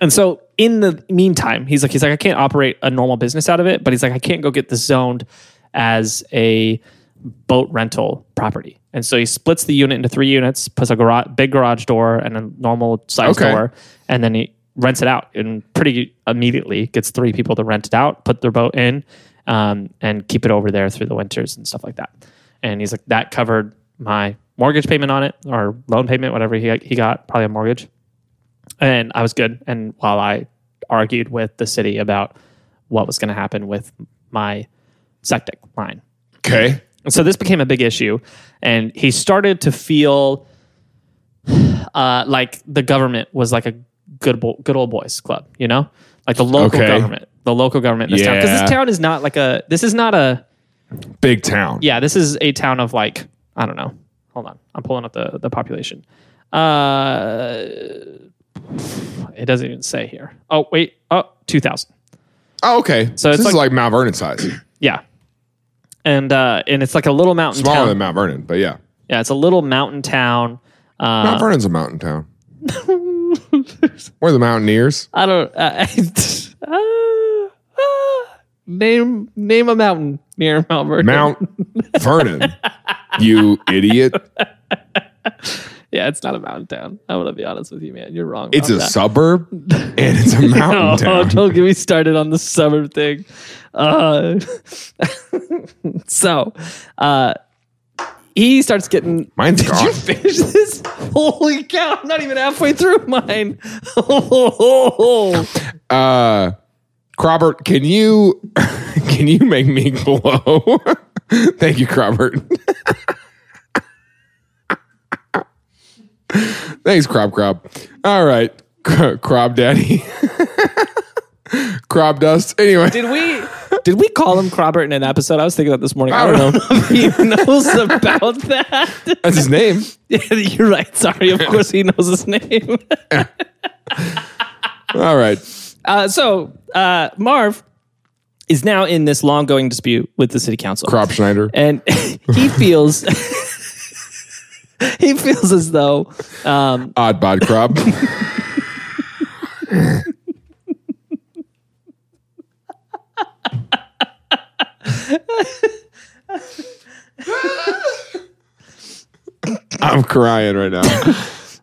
Speaker 1: And so in the meantime, he's like, he's like, I can't operate a normal business out of it, but he's like, I can't go get this zoned as a boat rental property. And so he splits the unit into three units, puts a garage, big garage door and a normal size
Speaker 2: Okay.
Speaker 1: door, and then he rents it out and pretty immediately gets three people to rent it out, put their boat in, um, and keep it over there through the winters and stuff like that. And he's like, that covered my mortgage payment on it or loan payment, whatever he, he got, probably a mortgage and I was good. And while I argued with the city about what was going to happen with my septic line,
Speaker 2: Okay.
Speaker 1: and so this became a big issue, and he started to feel uh, like the government was like a good bo- good old boys club, you know, like the local
Speaker 2: Okay.
Speaker 1: government, the local government in this town, because
Speaker 2: Yeah.
Speaker 1: this town is not like a this is not a
Speaker 2: Big town.
Speaker 1: yeah, this is a town of like I don't know. Hold on, I'm pulling up the the population. Uh, it doesn't even say here. Oh wait, oh 2,000.
Speaker 2: Oh, okay.
Speaker 1: So
Speaker 2: So
Speaker 1: it's
Speaker 2: this
Speaker 1: like-
Speaker 2: is like Mount Vernon size,
Speaker 1: Yeah, and uh, and it's like a little mountain
Speaker 2: smaller
Speaker 1: town.
Speaker 2: than Mount Vernon, but yeah,
Speaker 1: yeah, it's a little mountain town. Uh,
Speaker 2: Mount Vernon's a mountain town. We're the Mountaineers.
Speaker 1: I don't. Uh, uh, uh, name name a mountain near Mount Vernon.
Speaker 2: Mount Vernon. You idiot.
Speaker 1: Yeah, it's not a mountain town. I'm gonna be honest with you, man. You're wrong.
Speaker 2: It's
Speaker 1: about
Speaker 2: a
Speaker 1: that.
Speaker 2: suburb and it's a
Speaker 1: Oh,
Speaker 2: mountain town.
Speaker 1: don't get me started on the suburb thing. Uh, so, uh, he starts getting.
Speaker 2: Mine's
Speaker 1: Did you
Speaker 2: gone.
Speaker 1: finish this? Holy cow! I'm not even halfway through mine. Oh,
Speaker 2: Uh Crobert, can you can you make me glow? Thank you, Crobert. Thanks, Crop Crop. All right. Cro- Crop Daddy. Crop Dust. Anyway.
Speaker 1: did we? Did we call him Crobert in an episode? I was thinking that this morning. I
Speaker 2: I
Speaker 1: don't,
Speaker 2: don't
Speaker 1: know if he knows about that.
Speaker 2: That's his name.
Speaker 1: Yeah, You're right. Sorry. Of course, he knows his name.
Speaker 2: All right.
Speaker 1: Uh, so, uh, Marv is now in this long going dispute with the city council.
Speaker 2: Crop Schneider.
Speaker 1: and he feels he feels as though um,
Speaker 2: Odd bod crop. I'm crying right now.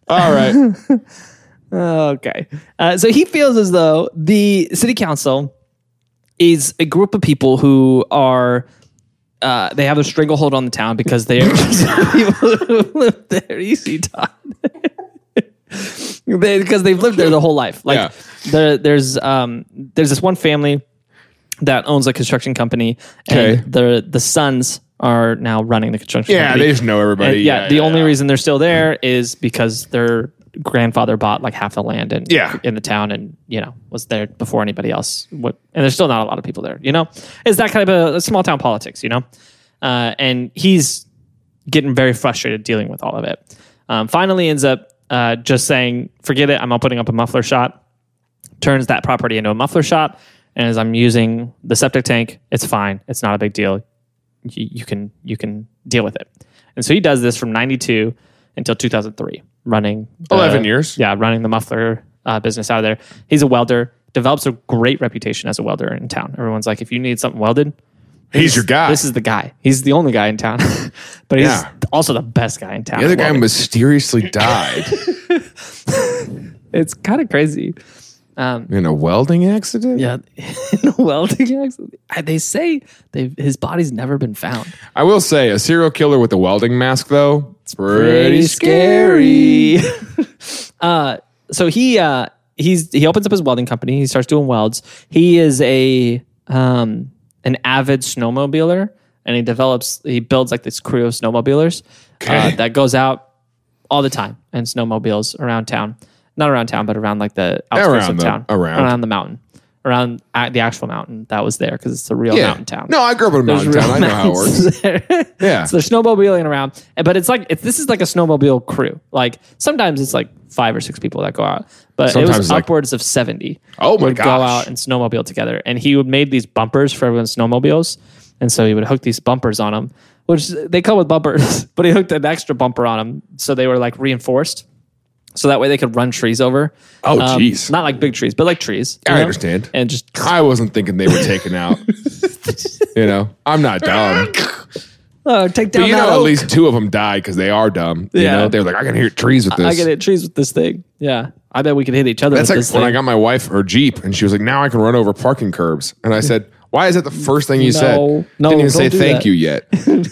Speaker 2: All right.
Speaker 1: okay uh, so he feels as though the city council is a group of people who are uh, they have a stranglehold on the town because they are people who live there easy Todd. They- because they've lived there their whole life like
Speaker 2: Yeah.
Speaker 1: there, there's um there's this one family that owns a construction company
Speaker 2: Okay.
Speaker 1: and the the sons are now running the construction
Speaker 2: Yeah,
Speaker 1: company
Speaker 2: they just know
Speaker 1: And
Speaker 2: everybody.
Speaker 1: yeah, the only
Speaker 2: yeah.
Speaker 1: reason they're still there is because their grandfather bought like half the land in
Speaker 2: Yeah.
Speaker 1: in the town and you know was there before anybody else would and there's still not a lot of people there you know it's that kind of a, a small town politics you know uh, and he's getting very frustrated dealing with all of it um, finally ends up uh, just saying forget it i'm not putting up a muffler shop turns that property into a muffler shop and as i'm using the septic tank it's fine it's not a big deal you, you can you can deal with it. And so he does this from 92 until 2003, running the-
Speaker 2: 11 years.
Speaker 1: Yeah, running the muffler uh, business out of there. He's a welder, develops a great reputation as a welder in town. Everyone's like, if you need something welded,
Speaker 2: He's your guy.
Speaker 1: this is the guy. He's the only guy in town, but he's
Speaker 2: Yeah.
Speaker 1: also the best guy in town.
Speaker 2: the other
Speaker 1: at
Speaker 2: guy
Speaker 1: welding.
Speaker 2: mysteriously died
Speaker 1: it's kind of crazy.
Speaker 2: in a welding accident.
Speaker 1: Yeah, in a welding accident. They say they've, his body's never been found.
Speaker 2: I will say, a serial killer with a welding mask, though, it's pretty scary.
Speaker 1: scary. uh, so he uh, he's he opens up his welding company. He starts doing welds. He is a um, an avid snowmobiler, and he develops he builds like this crew of snowmobilers uh,
Speaker 2: Okay.
Speaker 1: that goes out all the time and snowmobiles around town. Not around town, but around like the outskirts
Speaker 2: Around
Speaker 1: of
Speaker 2: the-
Speaker 1: town,
Speaker 2: around.
Speaker 1: around the mountain, around a- the actual mountain that was there because it's a real mountain town.
Speaker 2: No, I grew up in a
Speaker 1: There's
Speaker 2: mountain town. I know how it works.
Speaker 1: mountains there.
Speaker 2: Yeah.
Speaker 1: so they're snowmobiling around, And- but it's like it's, this is like a snowmobile crew. Like sometimes it's like five or six people that go out, but it
Speaker 2: Sometimes
Speaker 1: was
Speaker 2: it's like-
Speaker 1: upwards of seventy.
Speaker 2: Oh my
Speaker 1: would go
Speaker 2: gosh.
Speaker 1: out and snowmobile together, and he would made these bumpers for everyone's snowmobiles, and so he would hook these bumpers on them, which they come with bumpers, but he hooked an extra bumper on them, so they were like reinforced. So that way they could run trees over.
Speaker 2: Oh,
Speaker 1: Um,
Speaker 2: jeez.
Speaker 1: Not like big trees, but like trees. you
Speaker 2: I
Speaker 1: know?
Speaker 2: understand.
Speaker 1: And just
Speaker 2: I wasn't thinking they were taken out. you know, I'm not dumb.
Speaker 1: oh, take down
Speaker 2: But you
Speaker 1: that
Speaker 2: know, at
Speaker 1: oak.
Speaker 2: least two of them died because they are dumb. You
Speaker 1: Yeah.
Speaker 2: know, they're like, I can hit trees with this.
Speaker 1: I can hit trees with this thing. Yeah, I bet we could hit each other.
Speaker 2: That's
Speaker 1: with
Speaker 2: like
Speaker 1: this
Speaker 2: when
Speaker 1: thing.
Speaker 2: I got my wife her Jeep and she was like, now I can run over parking curbs. And I said, why is that the first thing you
Speaker 1: No,
Speaker 2: said?
Speaker 1: no,
Speaker 2: Didn't even
Speaker 1: don't
Speaker 2: say
Speaker 1: do
Speaker 2: thank
Speaker 1: that.
Speaker 2: you yet.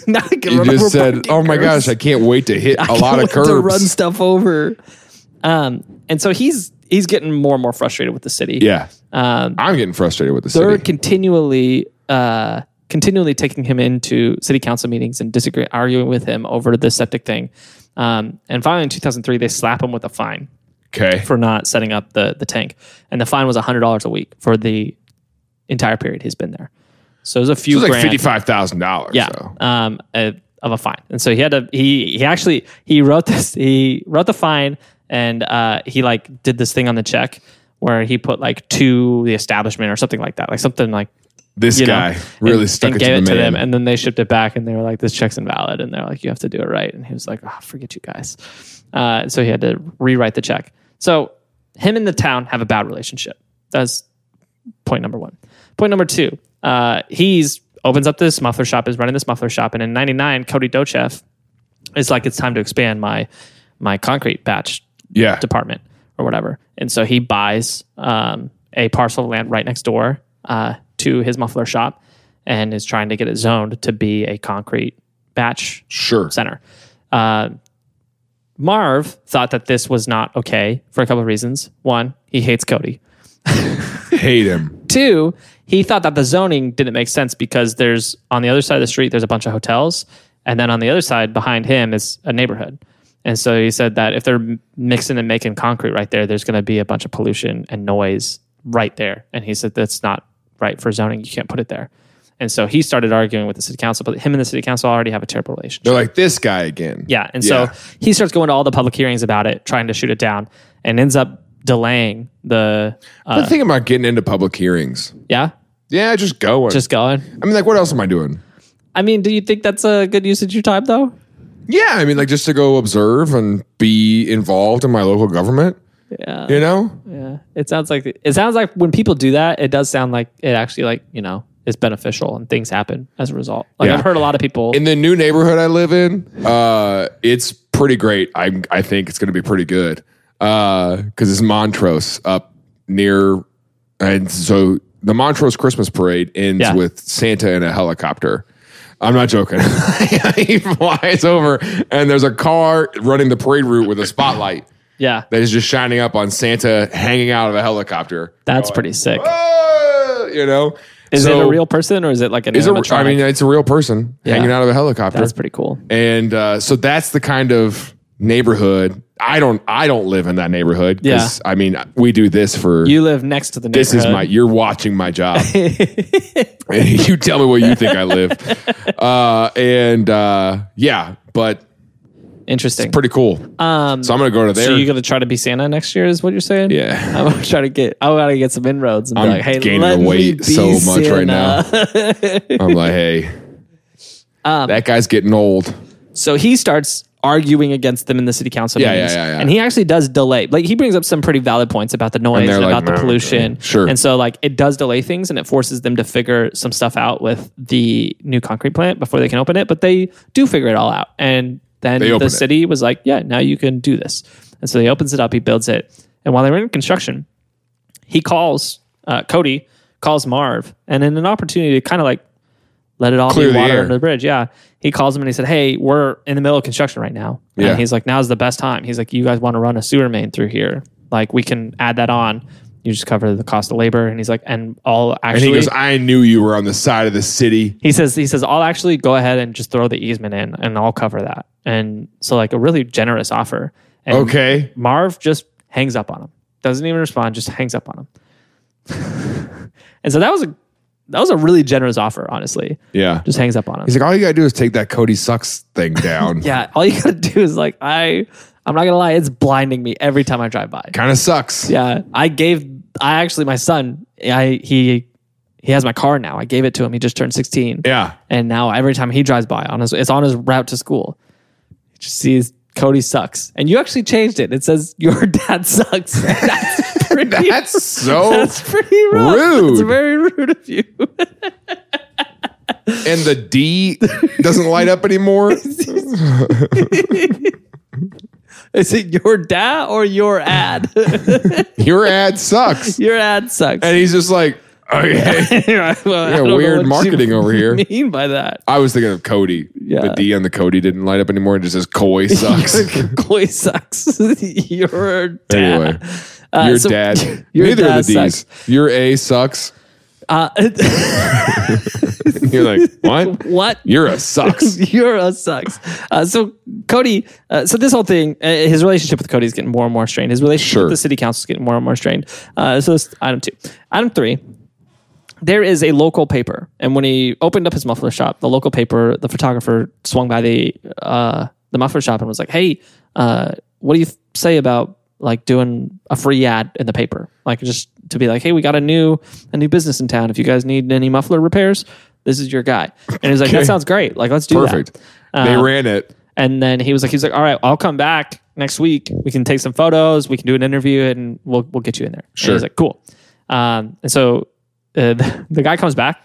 Speaker 1: Now I can
Speaker 2: You
Speaker 1: run over
Speaker 2: just said,
Speaker 1: parking
Speaker 2: oh my
Speaker 1: curves.
Speaker 2: gosh, I can't wait to hit a
Speaker 1: can't
Speaker 2: lot of
Speaker 1: wait
Speaker 2: curbs.
Speaker 1: to run stuff over. Um, and so he's he's getting more and more frustrated with the city.
Speaker 2: yeah.
Speaker 1: um,
Speaker 2: I'm getting frustrated with the
Speaker 1: they're
Speaker 2: city.
Speaker 1: continually uh, continually taking him into city council meetings and disagree, arguing with him over the septic thing. Um, and finally, in 2003, they slap him with a fine
Speaker 2: Okay.
Speaker 1: for not setting up the the tank, and the fine was hundred dollars a week for the entire period he's been there. So it was a few
Speaker 2: It was like
Speaker 1: grand.
Speaker 2: $55,000.
Speaker 1: yeah,
Speaker 2: So.
Speaker 1: um, uh, of a fine. And so he had to he he actually he wrote this he wrote the fine and uh, he like did this thing on the check where he put like to the establishment or something like that, like something like
Speaker 2: This
Speaker 1: you
Speaker 2: guy
Speaker 1: know,
Speaker 2: really
Speaker 1: and,
Speaker 2: stuck
Speaker 1: and
Speaker 2: it to
Speaker 1: gave
Speaker 2: the
Speaker 1: it to
Speaker 2: man.
Speaker 1: them, and then they shipped it back, and they were like, "This check's invalid," and they're like, "You have to do it right." And he was like, oh, "Forget you guys." Uh, so he had to rewrite the check. So him and the town have a bad relationship. That's point number one. Point number two, uh, he's opens up this muffler shop, is running this muffler shop, and in '99, Cody Dochev is like, "It's time to expand my my concrete batch
Speaker 2: yeah.
Speaker 1: department or whatever. And so he buys um, a parcel of land right next door uh, to his muffler shop and is trying to get it zoned to be a concrete batch
Speaker 2: Sure.
Speaker 1: center. Uh, Marv thought that this was not okay for a couple of reasons. One, he hates Cody.
Speaker 2: Hate him.
Speaker 1: Two, he thought that the zoning didn't make sense because there's on the other side of the street, there's a bunch of hotels. And then on the other side behind him is a neighborhood. And so he said that if they're m- mixing and making concrete right there, there's going to be a bunch of pollution and noise right there. And he said that's not right for zoning. You can't put it there. And so he started arguing with the city council, but him and the city council already have a terrible relationship.
Speaker 2: They're like, this guy again.
Speaker 1: Yeah. And
Speaker 2: Yeah.
Speaker 1: so he starts going to all the public hearings about it, trying to shoot it down, and ends up delaying the. Uh,
Speaker 2: I'm thinking about getting into public hearings.
Speaker 1: yeah.
Speaker 2: Yeah, just going.
Speaker 1: Just going.
Speaker 2: I mean, like, what else am I doing?
Speaker 1: I mean, do you think that's a good use of your time, though?
Speaker 2: Yeah, I mean, like, just to go observe and be involved in my local government.
Speaker 1: Yeah.
Speaker 2: You know,
Speaker 1: Yeah. It sounds like it sounds like when people do that, it does sound like it actually like you know is beneficial and things happen as a result. Like
Speaker 2: Yeah.
Speaker 1: I've heard a lot of people.
Speaker 2: in the new neighborhood I live in, uh, it's pretty great. I I think it's going to be pretty good because it's Montrose up near, and so the Montrose Christmas parade ends
Speaker 1: Yeah.
Speaker 2: with Santa in a helicopter. I'm not joking. he flies over, and there's a car running the parade route with a spotlight
Speaker 1: yeah,
Speaker 2: that is just shining up on Santa hanging out of a helicopter.
Speaker 1: that's pretty sick.
Speaker 2: "Ah," you know,
Speaker 1: Is
Speaker 2: So-
Speaker 1: it a real person or is it like an?
Speaker 2: It's a,
Speaker 1: animatronic?
Speaker 2: I mean, it's a real person hanging out of a helicopter,
Speaker 1: that's pretty cool.
Speaker 2: and uh, so that's the kind of neighborhood. I don't, I don't live in that neighborhood. 'cause, I mean, we do this for.
Speaker 1: You live next to the.
Speaker 2: this is my. You're watching my job. you tell me where you think I live, uh, and uh, yeah, but
Speaker 1: interesting.
Speaker 2: pretty cool.
Speaker 1: Um,
Speaker 2: so I'm gonna go to there.
Speaker 1: so you're gonna try to be Santa next year? Is what you're saying?
Speaker 2: yeah.
Speaker 1: I'm gonna try to get. I want to get some inroads and be
Speaker 2: I'm
Speaker 1: like, hey,
Speaker 2: gaining
Speaker 1: let
Speaker 2: the
Speaker 1: me
Speaker 2: weight
Speaker 1: be
Speaker 2: so much right now.
Speaker 1: Santa. Um,
Speaker 2: I'm like, hey, that guy's getting old.
Speaker 1: So he starts arguing against them in the city council
Speaker 2: Yeah,
Speaker 1: meetings,
Speaker 2: yeah, yeah, yeah.
Speaker 1: and he actually does delay. Like he brings up some pretty valid points about the noise and,
Speaker 2: they're like,
Speaker 1: about the
Speaker 2: "Nah,
Speaker 1: pollution.
Speaker 2: sure.
Speaker 1: And so like it does delay things, and it forces them to figure some stuff out with the new concrete plant before they can open it. But they do figure it all out, and then
Speaker 2: They
Speaker 1: the
Speaker 2: open it.
Speaker 1: city was like, "Yeah, now you can do this." And so he opens it up, he builds it, and while they were in construction, he calls uh, Cody, calls Marv, and in an opportunity to kind of like let it all
Speaker 2: Clear
Speaker 1: be
Speaker 2: the
Speaker 1: water
Speaker 2: air.
Speaker 1: under the bridge. Yeah. He calls him and he said, Hey, we're in the middle of construction right now.
Speaker 2: Yeah.
Speaker 1: And he's like, Now's the best time. He's like, You guys want to run a sewer main through here? Like, we can add that on. You just cover the cost of labor. And he's like, And I'll
Speaker 2: And
Speaker 1: actually.
Speaker 2: he goes, I knew you were on the side of the city.
Speaker 1: he says, he says, I'll actually go ahead and just throw the easement in and I'll cover that. And so, like, a really generous offer. And
Speaker 2: Okay.
Speaker 1: Marv just hangs up on him. Doesn't even respond, just hangs up on him. and so that was a that was a really generous offer, honestly.
Speaker 2: Yeah.
Speaker 1: Just hangs up on us.
Speaker 2: He's like, all you gotta do is take that Cody sucks thing down.
Speaker 1: yeah, all you gotta do is like I I'm not gonna lie, it's blinding me every time I drive by.
Speaker 2: Kind of sucks.
Speaker 1: Yeah, I gave I actually my son I he he has my car now. I gave it to him. He just turned 16.
Speaker 2: Yeah.
Speaker 1: And now every time he drives by on his it's on his route to school. He just sees Cody sucks. And you actually changed it. It says your dad sucks. That's pretty
Speaker 2: That's so.
Speaker 1: That's pretty rough.
Speaker 2: rude.
Speaker 1: It's very rude of you.
Speaker 2: and the D doesn't light up anymore.
Speaker 1: Is it your dad or your ad?
Speaker 2: Your ad sucks.
Speaker 1: your ad sucks.
Speaker 2: And he's just like, okay.
Speaker 1: yeah, well, I
Speaker 2: Yeah,
Speaker 1: don't know
Speaker 2: weird
Speaker 1: what you
Speaker 2: marketing over here.
Speaker 1: Mean by that?
Speaker 2: I was thinking of Cody.
Speaker 1: Yeah.
Speaker 2: The D on the Cody didn't light up anymore. It just says Coy sucks.
Speaker 1: Koi sucks. your dad.
Speaker 2: anyway,
Speaker 1: Uh,
Speaker 2: your
Speaker 1: so-
Speaker 2: dad.
Speaker 1: your
Speaker 2: neither
Speaker 1: dad
Speaker 2: of the D's. Your A sucks.
Speaker 1: Uh,
Speaker 2: You're like, what?
Speaker 1: what?
Speaker 2: You're a sucks.
Speaker 1: You're a sucks. Uh, so Cody, uh, so this whole thing, uh, his relationship with Cody is getting more and more strained. His relationship
Speaker 2: Sure.
Speaker 1: with the city council is getting more and more strained. Uh, so that's item two. Item three. There is a local paper, and when he opened up his muffler shop, the local paper, the photographer swung by the uh, the muffler shop and was like, "Hey, uh, what do you say about like doing a free ad in the paper, like just to be like, hey, we got a new a new business in town. If you guys need any muffler repairs, this is your guy." And he was like, "That sounds great. Like, let's do that." Uh,
Speaker 2: Perfect. they ran it.
Speaker 1: And then he was like, he's like, all right, I'll come back next week. We can take some photos. We can do an interview, and we'll we'll get you in there. And
Speaker 2: Sure.
Speaker 1: he's like, cool. Um, and so uh, the, the guy comes back.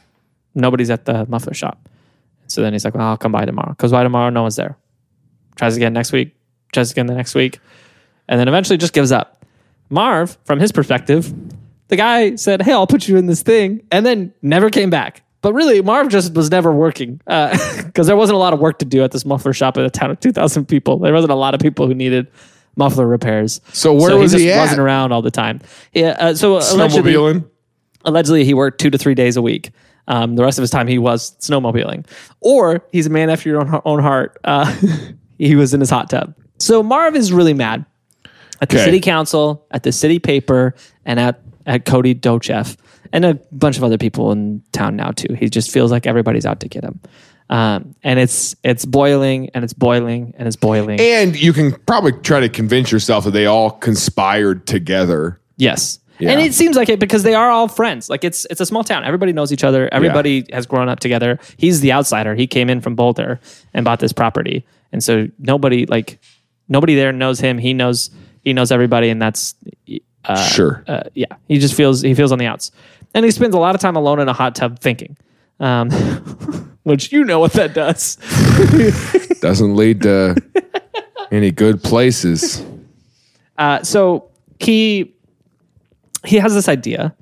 Speaker 1: Nobody's at the muffler shop. So then he's like, well, I'll come by tomorrow. Goes by tomorrow. No one's there. Tries again next week. Tries again the next week, and then eventually just gives up. Marv, from his perspective, the guy said, "Hey, I'll put you in this thing," and then never came back. But really, Marv just was never working because there wasn't a lot of work to do at this muffler shop in a town of two thousand people. There wasn't a lot of people who needed muffler repairs.
Speaker 2: So where was
Speaker 1: he just
Speaker 2: he at?
Speaker 1: Wasn't around all the time. Yeah. Uh, so allegedly,
Speaker 2: Snowmobiling.
Speaker 1: allegedly, he worked two to three days a week. Um, the rest of his time, he was snowmobiling, or he's a man after your own, own heart. Uh, he was in his hot tub. So Marv is really mad at the
Speaker 2: Okay.
Speaker 1: city council, at the city paper, and at, at Cody Dochev and a bunch of other people in town now too. He just feels like everybody's out to get him, um, and it's it's boiling and it's boiling and it's boiling.
Speaker 2: And you can probably try to convince yourself that they all conspired together.
Speaker 1: Yes.
Speaker 2: Yeah.
Speaker 1: And it seems like it because they are all friends. Like it's it's a small town. Everybody knows each other. Everybody has grown up together. He's the outsider. He came in from Boulder and bought this property. And so nobody like nobody there knows him. He knows he knows everybody and that's uh,
Speaker 2: sure.
Speaker 1: uh, yeah, he just feels he feels on the outs, and he spends a lot of time alone in a hot tub thinking, um, which you know what that does.
Speaker 2: Doesn't lead to any good places.
Speaker 1: Uh, so he he has this idea,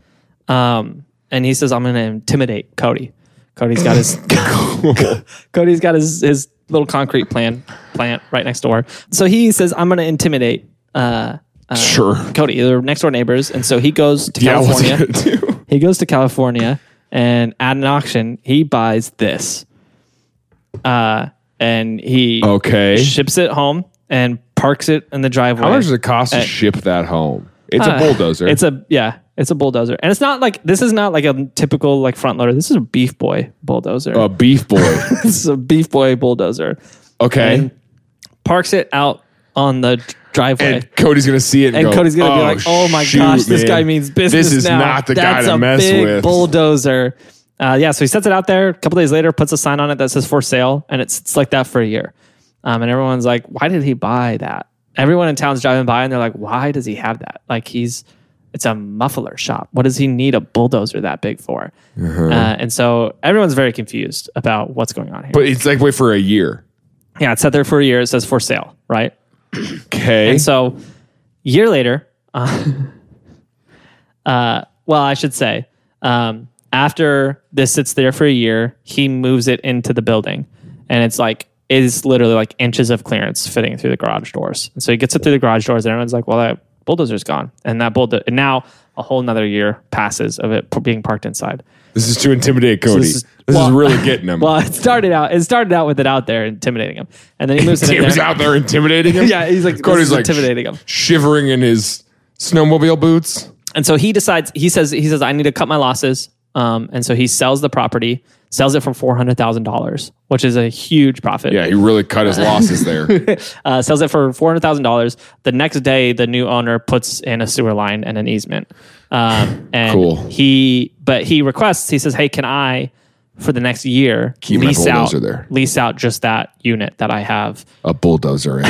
Speaker 1: um, and he says, "I'm going to intimidate Cody." Cody's got his Cody's got his his little concrete plan plant right next door. So he says, "I'm going to intimidate uh,
Speaker 2: sure.
Speaker 1: Cody. They're next door neighbors." And so he goes to
Speaker 2: Yeah, what's he
Speaker 1: California.
Speaker 2: gonna do?
Speaker 1: He goes to California and at an auction, he buys this. Uh, and he
Speaker 2: Okay.
Speaker 1: ships it home and parks it in the driveway.
Speaker 2: How much does it cost to ship that home? It's a bulldozer.
Speaker 1: Uh, It's a yeah, it's a bulldozer. And it's not like this is not like a typical like front loader. This is a beef boy bulldozer.
Speaker 2: a beef boy.
Speaker 1: this is a beef boy bulldozer.
Speaker 2: Okay.
Speaker 1: And parks it out on the driveway.
Speaker 2: And Cody's gonna see it, and,
Speaker 1: And
Speaker 2: go,
Speaker 1: Cody's gonna be like, "Oh my
Speaker 2: shoot,
Speaker 1: gosh, this
Speaker 2: man.
Speaker 1: guy means business
Speaker 2: This is
Speaker 1: now.
Speaker 2: not the
Speaker 1: That's
Speaker 2: guy to
Speaker 1: a
Speaker 2: mess
Speaker 1: big
Speaker 2: with."
Speaker 1: Bulldozer. Uh, yeah, so he sets it out there. A couple days later, puts a sign on it that says "for sale," and it sits like that for a year. Um, and everyone's like, "Why did he buy that?" Everyone in town's driving by, and they're like, "Why does he have that? Like he's." It's a muffler shop. What does he need a bulldozer that big for?
Speaker 2: Uh-huh.
Speaker 1: Uh, and so everyone's very confused about what's going on here.
Speaker 2: but it's like wait for a year.
Speaker 1: yeah, it's set there for a year. It says for sale, right?
Speaker 2: Okay.
Speaker 1: And so, year later, uh, uh, well, I should say, um, after this sits there for a year, he moves it into the building, and it's like it is literally like inches of clearance fitting through the garage doors. And so he gets it through the garage doors, and everyone's like, "Well, that bulldozer's gone," and that bulldozer. And now a whole another year passes of it p- being parked inside.
Speaker 2: this is to intimidate Cody.
Speaker 1: this
Speaker 2: this
Speaker 1: is-
Speaker 2: is,
Speaker 1: well-
Speaker 2: really getting him.
Speaker 1: Well, it started out. It started out with it out there intimidating him, and then he moves it
Speaker 2: he
Speaker 1: in
Speaker 2: was
Speaker 1: there.
Speaker 2: out there intimidating him.
Speaker 1: Yeah, he's like, this
Speaker 2: Cody's
Speaker 1: is
Speaker 2: like
Speaker 1: intimidating him.
Speaker 2: shivering in his snowmobile boots.
Speaker 1: and so he decides he says he says I need to cut my losses. Um, and so he sells the property, sells it for four hundred thousand dollars, which is a huge profit.
Speaker 2: Yeah, he really cut his losses there.
Speaker 1: Uh, sells it for four hundred thousand dollars. The next day, the new owner puts in a sewer line and an easement. Um, and
Speaker 2: Cool.
Speaker 1: He, but he requests. He says, "Hey, can I, for the next year,
Speaker 2: Keep my
Speaker 1: lease out
Speaker 2: bulldozer there."
Speaker 1: lease out just that unit that I have
Speaker 2: A bulldozer in.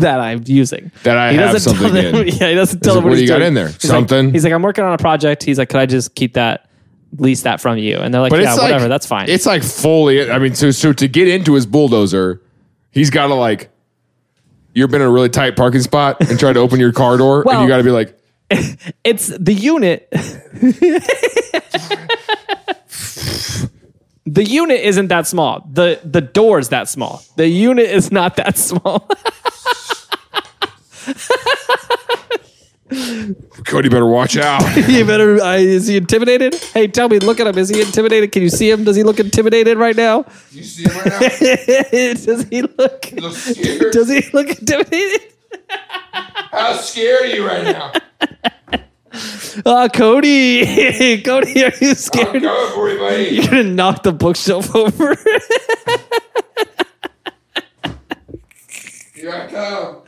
Speaker 1: that I'm using
Speaker 2: That I
Speaker 1: He
Speaker 2: have
Speaker 1: doesn't tell
Speaker 2: something
Speaker 1: them-
Speaker 2: in.
Speaker 1: yeah, he doesn't tell
Speaker 2: like,
Speaker 1: them what,
Speaker 2: "What do
Speaker 1: he's
Speaker 2: you got
Speaker 1: doing."
Speaker 2: in there?
Speaker 1: He's like-
Speaker 2: Something?
Speaker 1: he's like, "I'm working on a project." He's like, "Could I just keep that?" Lease that from you, and they're like,
Speaker 2: But
Speaker 1: "Yeah,
Speaker 2: it's like,
Speaker 1: whatever, that's fine."
Speaker 2: It's like fully. I mean, so so to get into his bulldozer, he's got to like. You've been in a really tight parking spot and try to open your car door, and
Speaker 1: Well-
Speaker 2: you got to be like,
Speaker 1: it's the unit. the unit isn't that small. the The door's that small. The unit is not that small.
Speaker 2: Cody, better watch out.
Speaker 1: you better. I is he intimidated? Hey, tell me. Look at him. Is he intimidated? Can you see him? Does he look intimidated right now?
Speaker 2: you see him right now?
Speaker 1: Does he look?
Speaker 2: looks scared.
Speaker 1: Does he look intimidated?
Speaker 2: How scared are you right now?
Speaker 1: Ah, Cody. Cody, are you scared?
Speaker 2: coming for you, buddy.
Speaker 1: You're gonna knock the bookshelf over.
Speaker 2: Here I come.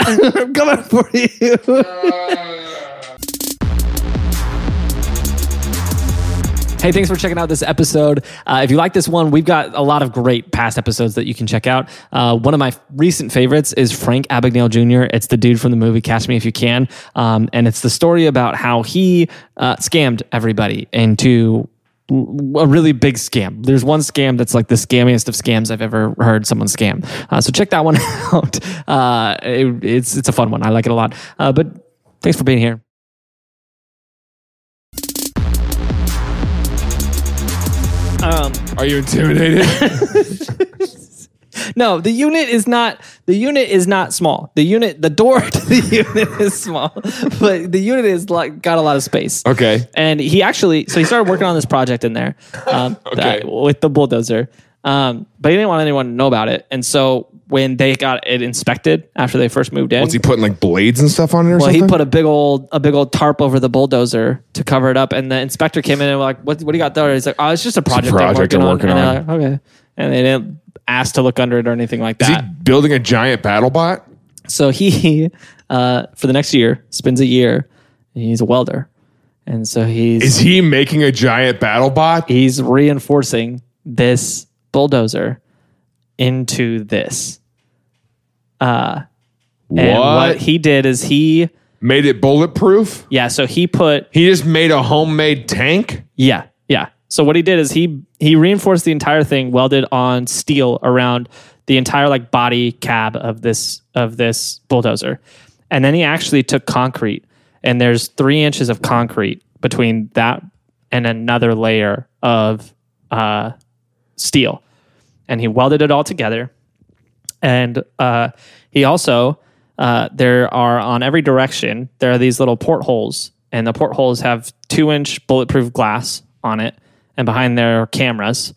Speaker 1: I'm coming for you.
Speaker 2: Oh,
Speaker 1: Hey, thanks for checking out this episode. Uh, if you like this one, we've got a lot of great past episodes that you can check out. Uh, one of my recent favorites is Frank Abagnale Jr. It's the dude from the movie Catch Me If You Can. Um, and it's the story about how he uh, scammed everybody into a really big scam. There's one scam that's like the scammiest of scams I've ever heard someone scam. Uh, so check that one out. Uh, it- it's, it's a fun one. I like it a lot. Uh, but thanks for being here. Um,
Speaker 2: Are you intimidated?
Speaker 1: No, the unit is not the unit is not small. The unit the door to the unit is small, but the unit is like got a lot of space.
Speaker 2: Okay.
Speaker 1: And he actually so he started working on this project in there um,
Speaker 2: Okay.
Speaker 1: that- with the bulldozer. Um, but he didn't want anyone to know about it. And so when they got it inspected after they first moved in,
Speaker 2: Was he putting like blades and stuff on it or
Speaker 1: well,
Speaker 2: something?
Speaker 1: he put a big old a big old tarp over the bulldozer to cover it up, and the inspector came in and was like, "What? What do you got there?" He's like, "Oh, it's just a project,
Speaker 2: project
Speaker 1: they're
Speaker 2: they're
Speaker 1: working,
Speaker 2: working
Speaker 1: on." And they're like, okay, and they didn't ask to look under it or anything like
Speaker 2: Is
Speaker 1: that.
Speaker 2: he building a giant battle bot?
Speaker 1: so he, uh, for the next year, spends a year. and He's a welder, and so he's
Speaker 2: Is he making a giant battle bot?
Speaker 1: he's reinforcing this bulldozer into this. And what
Speaker 2: what?
Speaker 1: he did is he
Speaker 2: Made it bulletproof?
Speaker 1: yeah, so he put
Speaker 2: He just made a homemade tank?
Speaker 1: Yeah, yeah. So what he did is he he reinforced the entire thing, welded on steel around the entire like body cab of this of this bulldozer, and then he actually took concrete and there's three inches of concrete between that and another layer of uh, steel, and he welded it all together, and uh, he also uh, there are on every direction there are these little portholes and the portholes have two inch bulletproof glass on it and behind there are cameras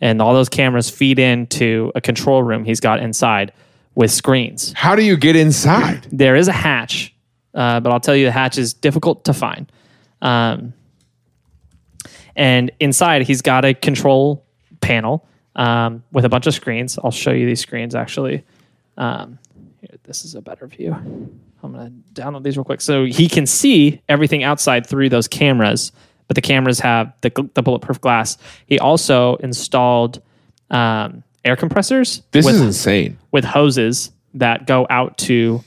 Speaker 1: and all those cameras feed into a control room he's got inside with screens
Speaker 2: How do you get inside?
Speaker 1: there is a hatch uh, but i'll tell you the hatch is difficult to find um, and inside he's got a control panel um, with a bunch of screens i'll show you these screens actually um, here, this is a better view. I'm going to download these real quick. So he can see everything outside through those cameras, but the cameras have the, gl- the bulletproof glass. He also installed um, air compressors
Speaker 2: This
Speaker 1: with,
Speaker 2: is insane.
Speaker 1: with hoses that go out to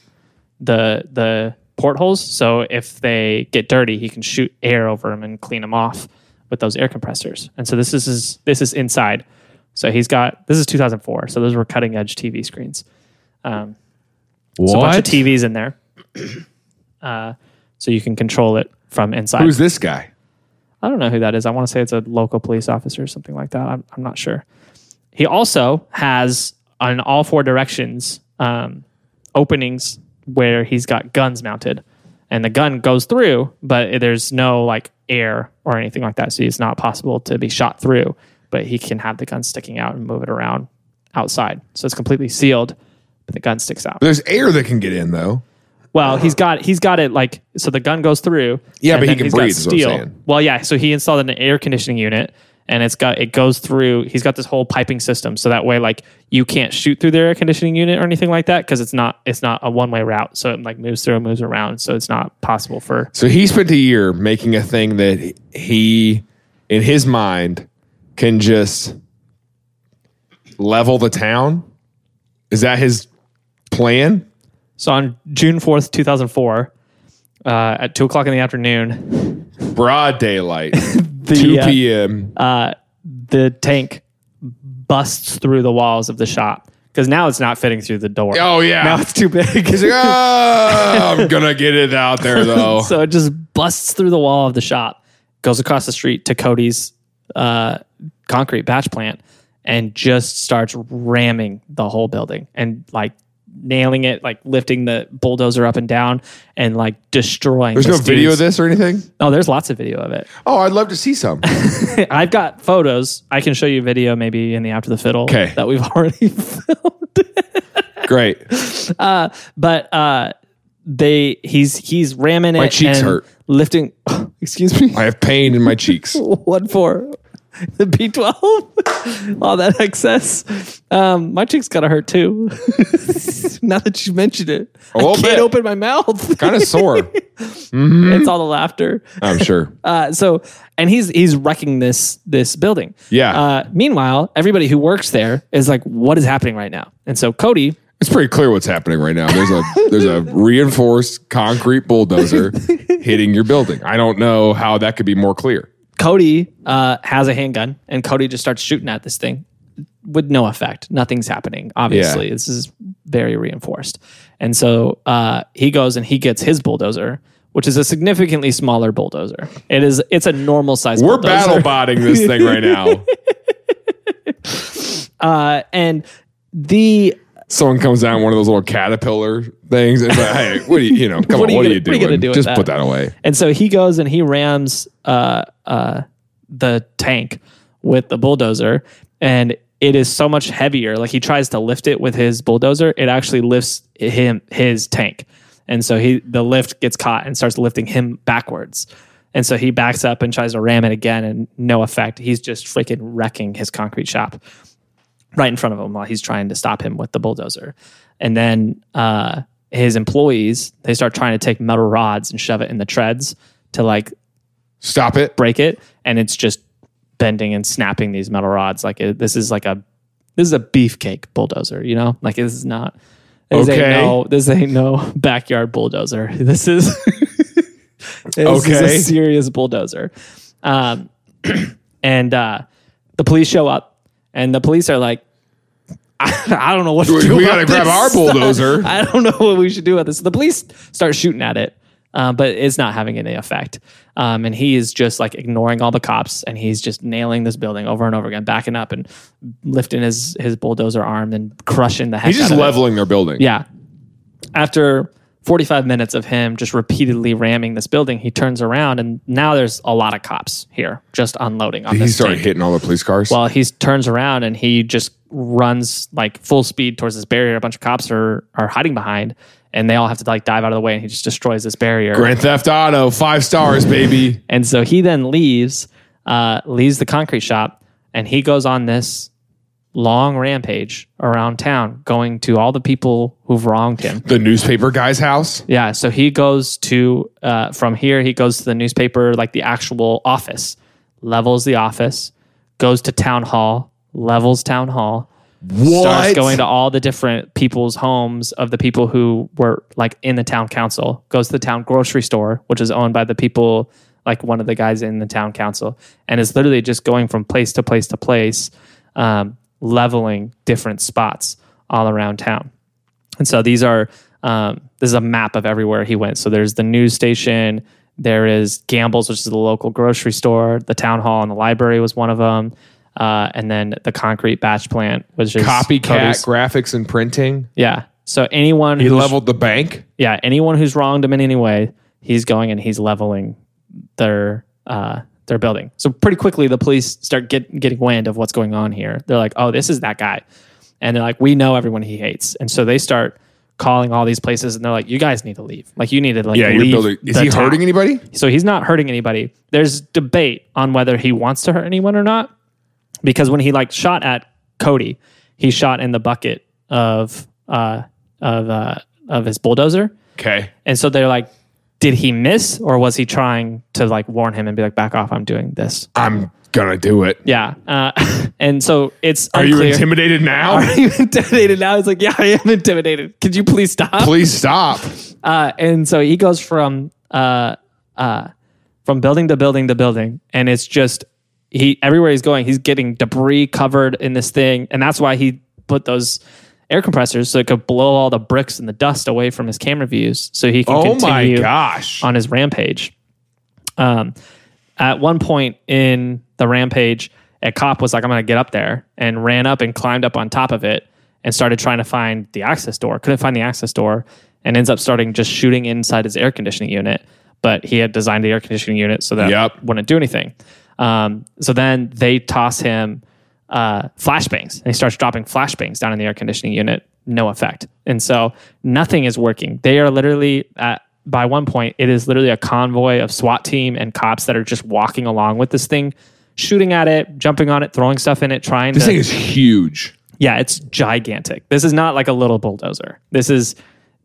Speaker 1: the the portholes. So if they get dirty, he can shoot air over them and clean them off with those air compressors. And so this is his, this is inside. So he's got this is 2004. So those were cutting edge TV screens.
Speaker 2: What?
Speaker 1: So a bunch of TVs in there. uh, so you can control it from inside.
Speaker 2: Who's this guy?
Speaker 1: I don't know who that is. I want to say it's a local police officer or something like that. I'm, I'm not sure. He also has on all four directions um, openings where he's got guns mounted, and the gun goes through, but there's no like air or anything like that. So it's not possible to be shot through, but he can have the gun sticking out and move it around outside. So it's completely sealed, but the gun sticks out.
Speaker 2: There's air that can get in though.
Speaker 1: Well, he's got he's got it like so the gun goes through.
Speaker 2: Uh-huh. Yeah,
Speaker 1: and
Speaker 2: but he
Speaker 1: then
Speaker 2: can
Speaker 1: he's got
Speaker 2: breathe, is what I'm saying.
Speaker 1: Well, yeah. So he installed an air conditioning unit, and it's got it goes through. He's got this whole piping system, so that way like you can't shoot through the air conditioning unit or anything like that because it's not it's not a one way route. So it like moves through, and moves around, so it's not possible for.
Speaker 2: So he spent a year making a thing that he, in his mind, can just level the town. Is that his plan?
Speaker 1: So on June fourth, two thousand four, uh, at two o'clock in the afternoon,
Speaker 2: Broad daylight,
Speaker 1: the
Speaker 2: 2
Speaker 1: uh,
Speaker 2: p.m.
Speaker 1: the tank busts through the walls of the shop because now it's not fitting through the door.
Speaker 2: oh, yeah.
Speaker 1: Now it's too big.
Speaker 2: He's like, oh, I'm gonna get it out there though.
Speaker 1: so it just busts through the wall of the shop, goes across the street to Cody's uh, concrete batch plant, and just starts ramming the whole building and like nailing it, like lifting the bulldozer up and down, and like destroying.
Speaker 2: There's no video of this or anything.
Speaker 1: Oh, there's lots of video of it.
Speaker 2: Oh, I'd love to see some.
Speaker 1: I've got photos. I can show you video maybe in the after the fiddle
Speaker 2: 'Kay.
Speaker 1: that we've already filmed.
Speaker 2: Great.
Speaker 1: but uh, they he's he's ramming it.
Speaker 2: My cheeks
Speaker 1: and
Speaker 2: hurt.
Speaker 1: Lifting. Excuse me.
Speaker 2: I have pain in my cheeks.
Speaker 1: What for? The B twelve, all that excess. Um, my cheeks gotta hurt too. now that you mentioned it, I
Speaker 2: little
Speaker 1: can't
Speaker 2: bit.
Speaker 1: open my mouth.
Speaker 2: kind of sore.
Speaker 1: it's all the laughter.
Speaker 2: I'm sure.
Speaker 1: Uh, so, and he's he's wrecking this this building.
Speaker 2: Yeah.
Speaker 1: Uh, meanwhile, everybody who works there is like, "What is happening right now?" And so Cody
Speaker 2: It's pretty clear what's happening right now. There's a there's a reinforced concrete bulldozer hitting your building. I don't know how that could be more clear.
Speaker 1: Cody uh, has a handgun, and Cody just starts shooting at this thing with no effect. Nothing's happening. Obviously,
Speaker 2: Yeah.
Speaker 1: this is very reinforced. And so uh, he goes and he gets his bulldozer, which is a significantly smaller bulldozer. It is. It's a normal size.
Speaker 2: We're
Speaker 1: bulldozer.
Speaker 2: battle botting this thing right now.
Speaker 1: uh, and the
Speaker 2: Someone comes out in one of those little caterpillar things. It's like, hey, what do you you know? Come
Speaker 1: What
Speaker 2: on,
Speaker 1: are you
Speaker 2: what
Speaker 1: gonna- what
Speaker 2: are you
Speaker 1: are you
Speaker 2: doing?
Speaker 1: gonna do with
Speaker 2: Just
Speaker 1: that?
Speaker 2: put that away.
Speaker 1: and so he goes and he rams uh, uh, the tank with the bulldozer, and it is so much heavier. Like he tries to lift it with his bulldozer, it actually lifts him his tank, and so he the lift gets caught and starts lifting him backwards. And so he backs up and tries to ram it again, and no effect. He's just freaking wrecking his concrete shop right in front of him while he's trying to stop him with the bulldozer. And then uh, his employees they start trying to take metal rods and shove it in the treads to like
Speaker 2: Stop it.
Speaker 1: break it, and it's just bending and snapping these metal rods. Like it, this is like a this is a beefcake bulldozer, you know? Like this is not this
Speaker 2: Okay.
Speaker 1: ain't no this ain't no backyard bulldozer. This is this is
Speaker 2: Okay.
Speaker 1: a serious bulldozer. Um, and uh, the police show up, and the police are like, I, I don't know what to
Speaker 2: We-
Speaker 1: do.
Speaker 2: we
Speaker 1: about
Speaker 2: gotta grab
Speaker 1: this.
Speaker 2: our bulldozer.
Speaker 1: I don't know what we should do about this. So the police start shooting at it, uh, but it's not having any effect. Um, and he is just like ignoring all the cops, and he's just nailing this building over and over again, backing up and lifting his his bulldozer arm and crushing the heck.
Speaker 2: He's just
Speaker 1: out of it.
Speaker 2: leveling their building.
Speaker 1: Yeah. After 45 minutes of him just repeatedly ramming this building, he turns around and now there's a lot of cops here just unloading on
Speaker 2: He
Speaker 1: this
Speaker 2: started
Speaker 1: tank.
Speaker 2: hitting all the police cars.
Speaker 1: Well, Uh, he turns around and he just runs like full speed towards this barrier. A bunch of cops are are hiding behind and they all have to like dive out of the way and he just destroys this barrier.
Speaker 2: Grand Theft Auto, five stars, baby.
Speaker 1: And so he then leaves, uh, leaves the concrete shop, and he goes on this long rampage around town, going to all the people who've wronged him.
Speaker 2: The newspaper guy's house.
Speaker 1: Yeah, so he goes to uh, from here. He goes to the newspaper, like the actual office, levels the office, goes to town hall, levels town hall, starts
Speaker 2: What?
Speaker 1: going to all the different people's homes of the people who were like in the town council. Goes to the town grocery store, which is owned by the people, like one of the guys in the town council, and is literally just going from place to place to place, um, leveling different spots all around town. And so these are um, this is a map of everywhere he went. So there's the news station, there is Gamble's, which is the local grocery store, the town hall and the library was one of them, uh, and then the concrete batch plant, which is
Speaker 2: Copycat
Speaker 1: Cody's.
Speaker 2: graphics and printing.
Speaker 1: Yeah. So anyone
Speaker 2: He
Speaker 1: who's-
Speaker 2: leveled the bank.
Speaker 1: yeah anyone who's wronged him in any way, he's going and he's leveling their uh, their building. So pretty quickly the police start get, getting wind of what's going on here. They're like, oh, this is that guy, and they're like, we know everyone he hates, and so they start calling all these places, and they're like, "You guys need to leave. Like, you need to like
Speaker 2: Yeah, you're
Speaker 1: leave
Speaker 2: building. Is
Speaker 1: the
Speaker 2: he
Speaker 1: town."
Speaker 2: hurting anybody?
Speaker 1: So he's not hurting anybody. There's debate on whether he wants to hurt anyone or not, because when he like shot at Cody, he shot in the bucket of uh of uh of his bulldozer,
Speaker 2: Okay.
Speaker 1: and so they're like, did he miss or was he trying to like warn him and be like, back off, I'm doing this?
Speaker 2: I'm gonna do it.
Speaker 1: Yeah, uh, and so it's
Speaker 2: Are you
Speaker 1: unclear.
Speaker 2: intimidated now?
Speaker 1: Are you intimidated now? He's like, yeah, I am intimidated. Could you please stop?
Speaker 2: Please stop.
Speaker 1: Uh, and so he goes from uh, uh, from building to building to building, and it's just he everywhere he's going, he's getting debris covered in this thing, and that's why he put those air compressors so it could blow all the bricks and the dust away from his camera views, so he can
Speaker 2: Oh my
Speaker 1: continue
Speaker 2: gosh.
Speaker 1: on his rampage. Um, at one point in the rampage, a cop was like, "I'm going to get up there," and ran up and climbed up on top of it and started trying to find the access door. Couldn't find the access door, and ends up starting just shooting inside his air conditioning unit. But he had designed the air conditioning unit so that
Speaker 2: Yep.
Speaker 1: wouldn't do anything. Um, so then they toss him uh, flashbangs, and he starts dropping flashbangs down in the air conditioning unit. No effect, and so nothing is working. They are literally at, by one point, it is literally a convoy of SWAT team and cops that are just walking along with this thing, shooting at it, jumping on it, throwing stuff in it, trying
Speaker 2: This
Speaker 1: to.
Speaker 2: thing is huge.
Speaker 1: yeah, it's gigantic. This is not like a little bulldozer. This is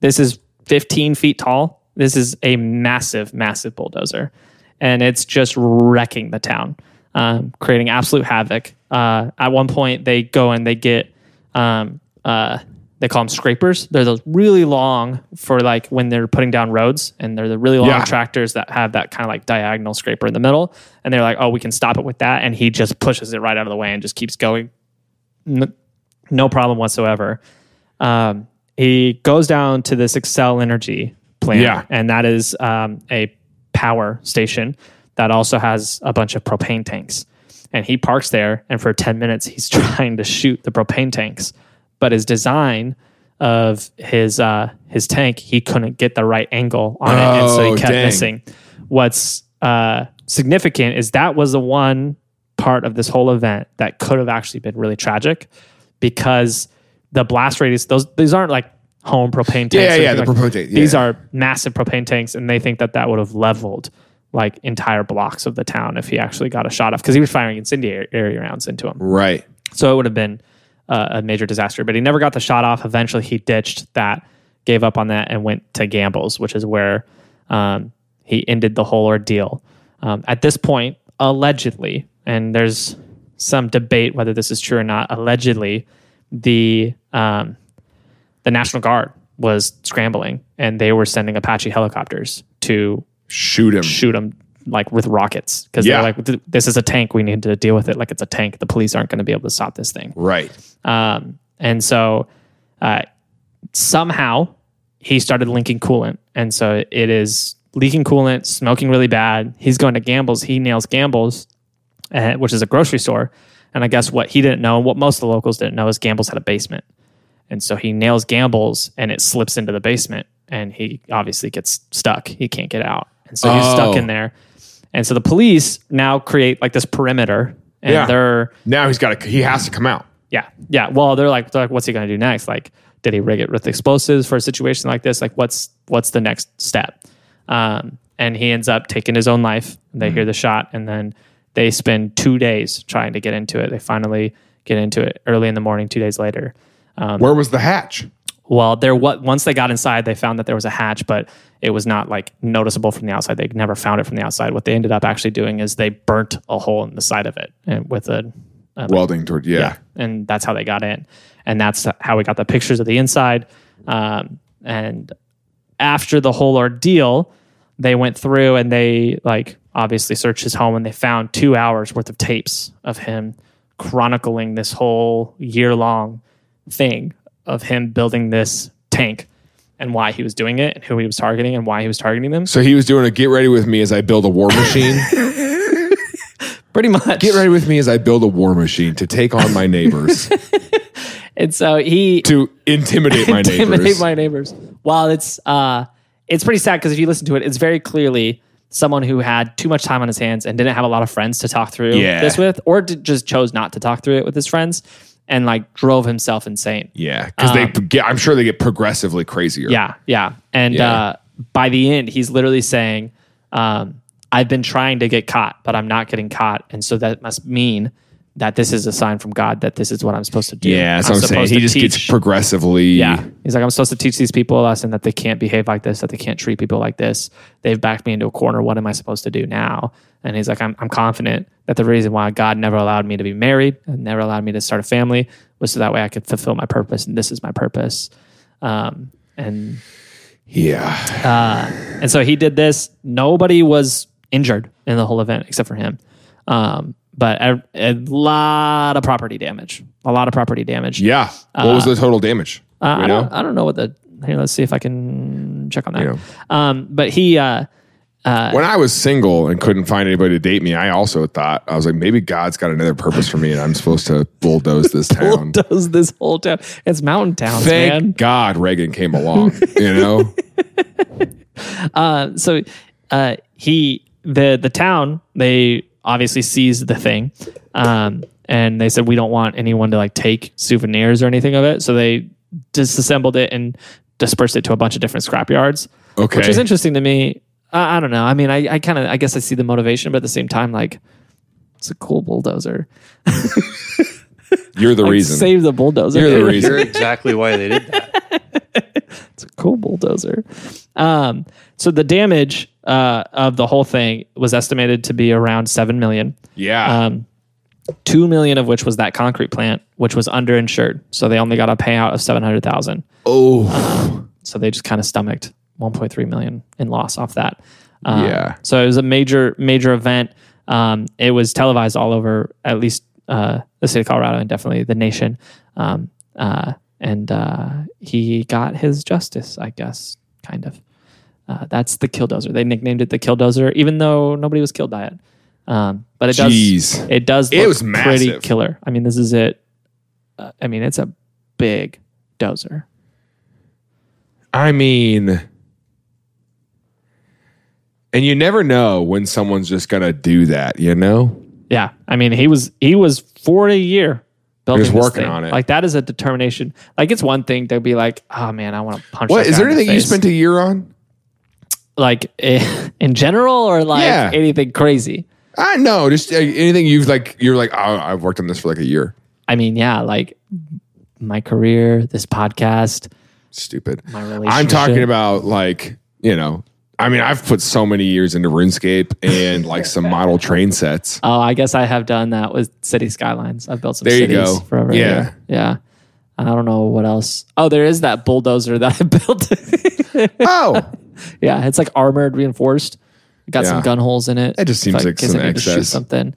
Speaker 1: this is 15 feet tall. This is a massive, massive bulldozer, and it's just wrecking the town, um, creating absolute havoc. Uh, at one point, they go and they get um, uh, they call them scrapers. They're those really long for like when they're putting down roads, and they're the really long
Speaker 2: Yeah.
Speaker 1: tractors that have that kind of like diagonal scraper in the middle. And they're like, oh, we can stop it with that, and he just pushes it right out of the way and just keeps going n- no problem whatsoever. Um, he goes down to this Excel Energy plant,
Speaker 2: Yeah.
Speaker 1: and that is um, a power station that also has a bunch of propane tanks. And he parks there, and for 10 minutes, he's trying to shoot the propane tanks. But his design of his uh, his tank, he couldn't get the right angle on it, and so
Speaker 2: Oh,
Speaker 1: he kept
Speaker 2: dang.
Speaker 1: missing thing. What's uh, significant is that was the one part of this whole event that could have actually been really tragic because the blast radius those these aren't like home propane tanks. or
Speaker 2: yeah,
Speaker 1: anything
Speaker 2: the
Speaker 1: like-
Speaker 2: propane tank, yeah.
Speaker 1: These are massive propane tanks, and they think that that would have leveled like entire blocks of the town if he actually got a shot off because he was firing incendiary rounds into them.
Speaker 2: Right.
Speaker 1: So it would have been uh, a major disaster. But he never got the shot off. Eventually, he ditched that, gave up on that, and went to Gambles, which is where um, he ended the whole ordeal. Um, at this point, allegedly, and there's some debate whether this is true or not. Allegedly, the um, the National Guard was scrambling, and they were sending Apache helicopters to
Speaker 2: Shoot him.
Speaker 1: shoot them like with rockets because they're
Speaker 2: Yeah.
Speaker 1: like, "Th- this is a tank. We need to deal with it like it's a tank. The police aren't going to be able to stop this thing.
Speaker 2: Right.
Speaker 1: Um, and so uh, somehow he started linking coolant. And so it is leaking coolant, smoking really bad. He's going to Gamble's. He nails Gamble's, uh, which is a grocery store. And I guess what he didn't know and what most of the locals didn't know is Gamble's had a basement. And so he nails Gamble's and it slips into the basement. And he obviously gets stuck. He can't get out. And so he's
Speaker 2: Oh.
Speaker 1: stuck in there. And so the police now create like this perimeter and
Speaker 2: Yeah.
Speaker 1: they're
Speaker 2: Now he's got to. He has to come out.
Speaker 1: yeah, yeah. Well, they're like, they're like, what's he going to do next? Like, did he rig it with explosives for a situation like this? Like, what's what's the next step? Um, and he ends up taking his own life. They hear the shot, and then they spend two days trying to get into it. They finally get into it early in the morning, two days later. Um,
Speaker 2: Where was the hatch?
Speaker 1: Well, there what once they got inside, they found that there was a hatch, but it was not like noticeable from the outside. They never found it from the outside. What they ended up actually doing is they burnt a hole in the side of it and with a
Speaker 2: Welding toward. Yeah.
Speaker 1: and that's how they got in and that's how we got the pictures of the inside um, and after the whole ordeal they went through and they like obviously searched his home and they found two hours worth of tapes of him chronicling this whole year long thing of him building this tank and why he was doing it and who he was targeting and why he was targeting them
Speaker 2: So he was doing a get ready with me as I build a war machine.
Speaker 1: pretty much
Speaker 2: get ready with me as I build a war machine to take on my neighbors,
Speaker 1: and so he
Speaker 2: to intimidate my
Speaker 1: intimidate
Speaker 2: neighbors.
Speaker 1: my neighbors. Well, it's uh, it's pretty sad because if you listen to it, it's very clearly someone who had too much time on his hands and didn't have a lot of friends to talk through
Speaker 2: Yeah.
Speaker 1: this with, or did, just chose not to talk through it with his friends, and like drove himself insane.
Speaker 2: Yeah, because they get. I'm sure they get progressively crazier.
Speaker 1: Uh-huh. Yeah, yeah. And
Speaker 2: Yeah.
Speaker 1: Uh, by the end, he's literally saying, um, I've been trying to get caught, but I'm not getting caught. And so that must mean that this is a sign from God that this is what I'm supposed to do.
Speaker 2: yeah. That's what I'm saying.
Speaker 1: supposed
Speaker 2: He
Speaker 1: to
Speaker 2: just gets
Speaker 1: teach-
Speaker 2: progressively.
Speaker 1: yeah. He's like, I'm supposed to teach these people a lesson that they can't behave like this, that they can't treat people like this. They've backed me into a corner. What am I supposed to do now? And he's like, I'm, I'm confident that the reason why God never allowed me to be married and never allowed me to start a family was so that way I could fulfill my purpose. And this is my purpose. Um, and
Speaker 2: Yeah.
Speaker 1: and so he did this. Nobody was injured in the whole event except for him. Um, but a, a lot of property damage. A lot of property damage.
Speaker 2: Yeah. what was the total damage?
Speaker 1: Uh,
Speaker 2: You
Speaker 1: I
Speaker 2: know?
Speaker 1: don't. I don't know what the. Here, let's see if I can check on that.
Speaker 2: Yeah.
Speaker 1: Um, but he. Uh,
Speaker 2: when I was single and couldn't find anybody to date me, I also thought I was like, maybe God's got another purpose for me, and I'm supposed to bulldoze this town.
Speaker 1: does this whole town. It's mountain towns,
Speaker 2: Thank
Speaker 1: man.
Speaker 2: God Reagan came along. You know,
Speaker 1: so uh, he the the town they obviously seized the thing um, and they said we don't want anyone to like take souvenirs or anything of it so they disassembled it and dispersed it to a bunch of different scrap yards
Speaker 2: Okay.
Speaker 1: which is interesting to me i, I don't know i mean i, I kind of i guess i see the motivation but at the same time like it's a cool bulldozer
Speaker 2: you're the reason.
Speaker 1: save the bulldozer
Speaker 2: you're the
Speaker 1: dude.
Speaker 2: reason.
Speaker 4: You're exactly why they did that.
Speaker 1: cool bulldozer. Um, so the damage uh, of the whole thing was estimated to be around seven million.
Speaker 2: yeah.
Speaker 1: Um, Two million of which was that concrete plant, which was underinsured, so they only got a payout of seven hundred thousand.
Speaker 2: oh.
Speaker 1: So they just kind of stomached one point three million in loss off that. Um,
Speaker 2: Yeah.
Speaker 1: So it was a major, major event. Um, it was televised all over, at least uh, the state of Colorado, and definitely the nation. Um, uh, and uh, he got his justice, I guess, kind of. Uh, that's the killdozer. They nicknamed it the killdozer, even though nobody was killed by it. Um, but it does.
Speaker 2: Jeez.
Speaker 1: It does.
Speaker 2: It
Speaker 1: look
Speaker 2: was
Speaker 1: pretty
Speaker 2: massive.
Speaker 1: killer. I mean, this is it. Uh, I mean, it's a big dozer.
Speaker 2: I mean, and you never know when someone's just gonna do that. You know.
Speaker 1: Yeah, I mean, he was he was for a year building.
Speaker 2: was
Speaker 1: this
Speaker 2: working
Speaker 1: thing.
Speaker 2: on it.
Speaker 1: Like that is a determination. Like it's one thing to be like, oh man, I want to punch.
Speaker 2: What
Speaker 1: that
Speaker 2: is
Speaker 1: guy
Speaker 2: there
Speaker 1: in the
Speaker 2: anything you
Speaker 1: face."
Speaker 2: spent a year on?
Speaker 1: like eh, in general or like
Speaker 2: Yeah.
Speaker 1: anything crazy?
Speaker 2: I know. Just uh, anything you've like. You're like, oh, I've worked on this for like a year.
Speaker 1: I mean, yeah, like my career, this podcast,
Speaker 2: Stupid.
Speaker 1: my relationship.
Speaker 2: I'm talking about like you know. I mean, I've put so many years into RuneScape and like some model train sets.
Speaker 1: Oh, I guess I have done that with City Skylines. I've built some
Speaker 2: There you
Speaker 1: cities
Speaker 2: go.
Speaker 1: for over a
Speaker 2: Yeah.
Speaker 1: year. Yeah. I don't know what else. Oh, there is that bulldozer that I built.
Speaker 2: Oh,
Speaker 1: Yeah, it's like armored, reinforced. Got some
Speaker 2: Yeah.
Speaker 1: gun holes in it.
Speaker 2: That just seems
Speaker 1: If I-
Speaker 2: like
Speaker 1: in case
Speaker 2: some
Speaker 1: I need to shoot
Speaker 2: excess.
Speaker 1: something.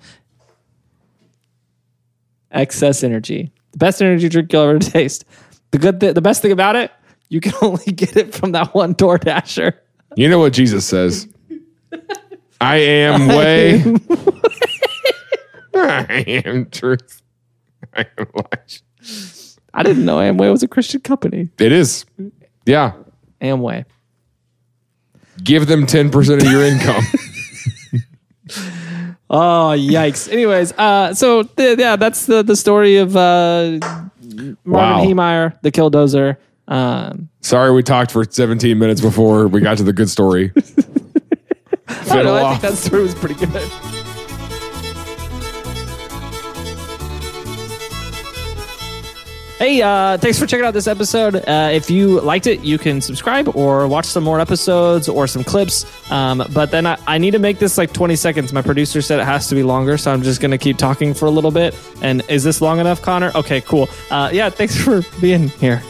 Speaker 1: Excess energy, the best energy drink you'll ever taste. The good, th- the best thing about it, you can only get it from that one door dasher.
Speaker 2: you know what Jesus says? I am way. I am truth. I am life.
Speaker 1: I didn't know Amway was a Christian company.
Speaker 2: It is. Yeah.
Speaker 1: Amway.
Speaker 2: Give them 10% of your income.
Speaker 1: Oh yikes! Anyways, uh, so th- yeah, that's the the story of uh, Marvin
Speaker 2: Wow.
Speaker 1: Heemeyer, the Killdozer. Um,
Speaker 2: Sorry, we talked for 17 minutes before we got to the good story.
Speaker 1: I don't know. I
Speaker 2: Fiddle
Speaker 1: think
Speaker 2: off.
Speaker 1: that story was pretty good. Hey, uh, thanks for checking out this episode. Uh, if you liked it, you can subscribe or watch some more episodes or some clips. Um, but then I, I need to make this like 20 seconds. My producer said it has to be longer, so I'm just going to keep talking for a little bit. And is this long enough, Connor? Okay, cool. Uh, yeah, thanks for being here.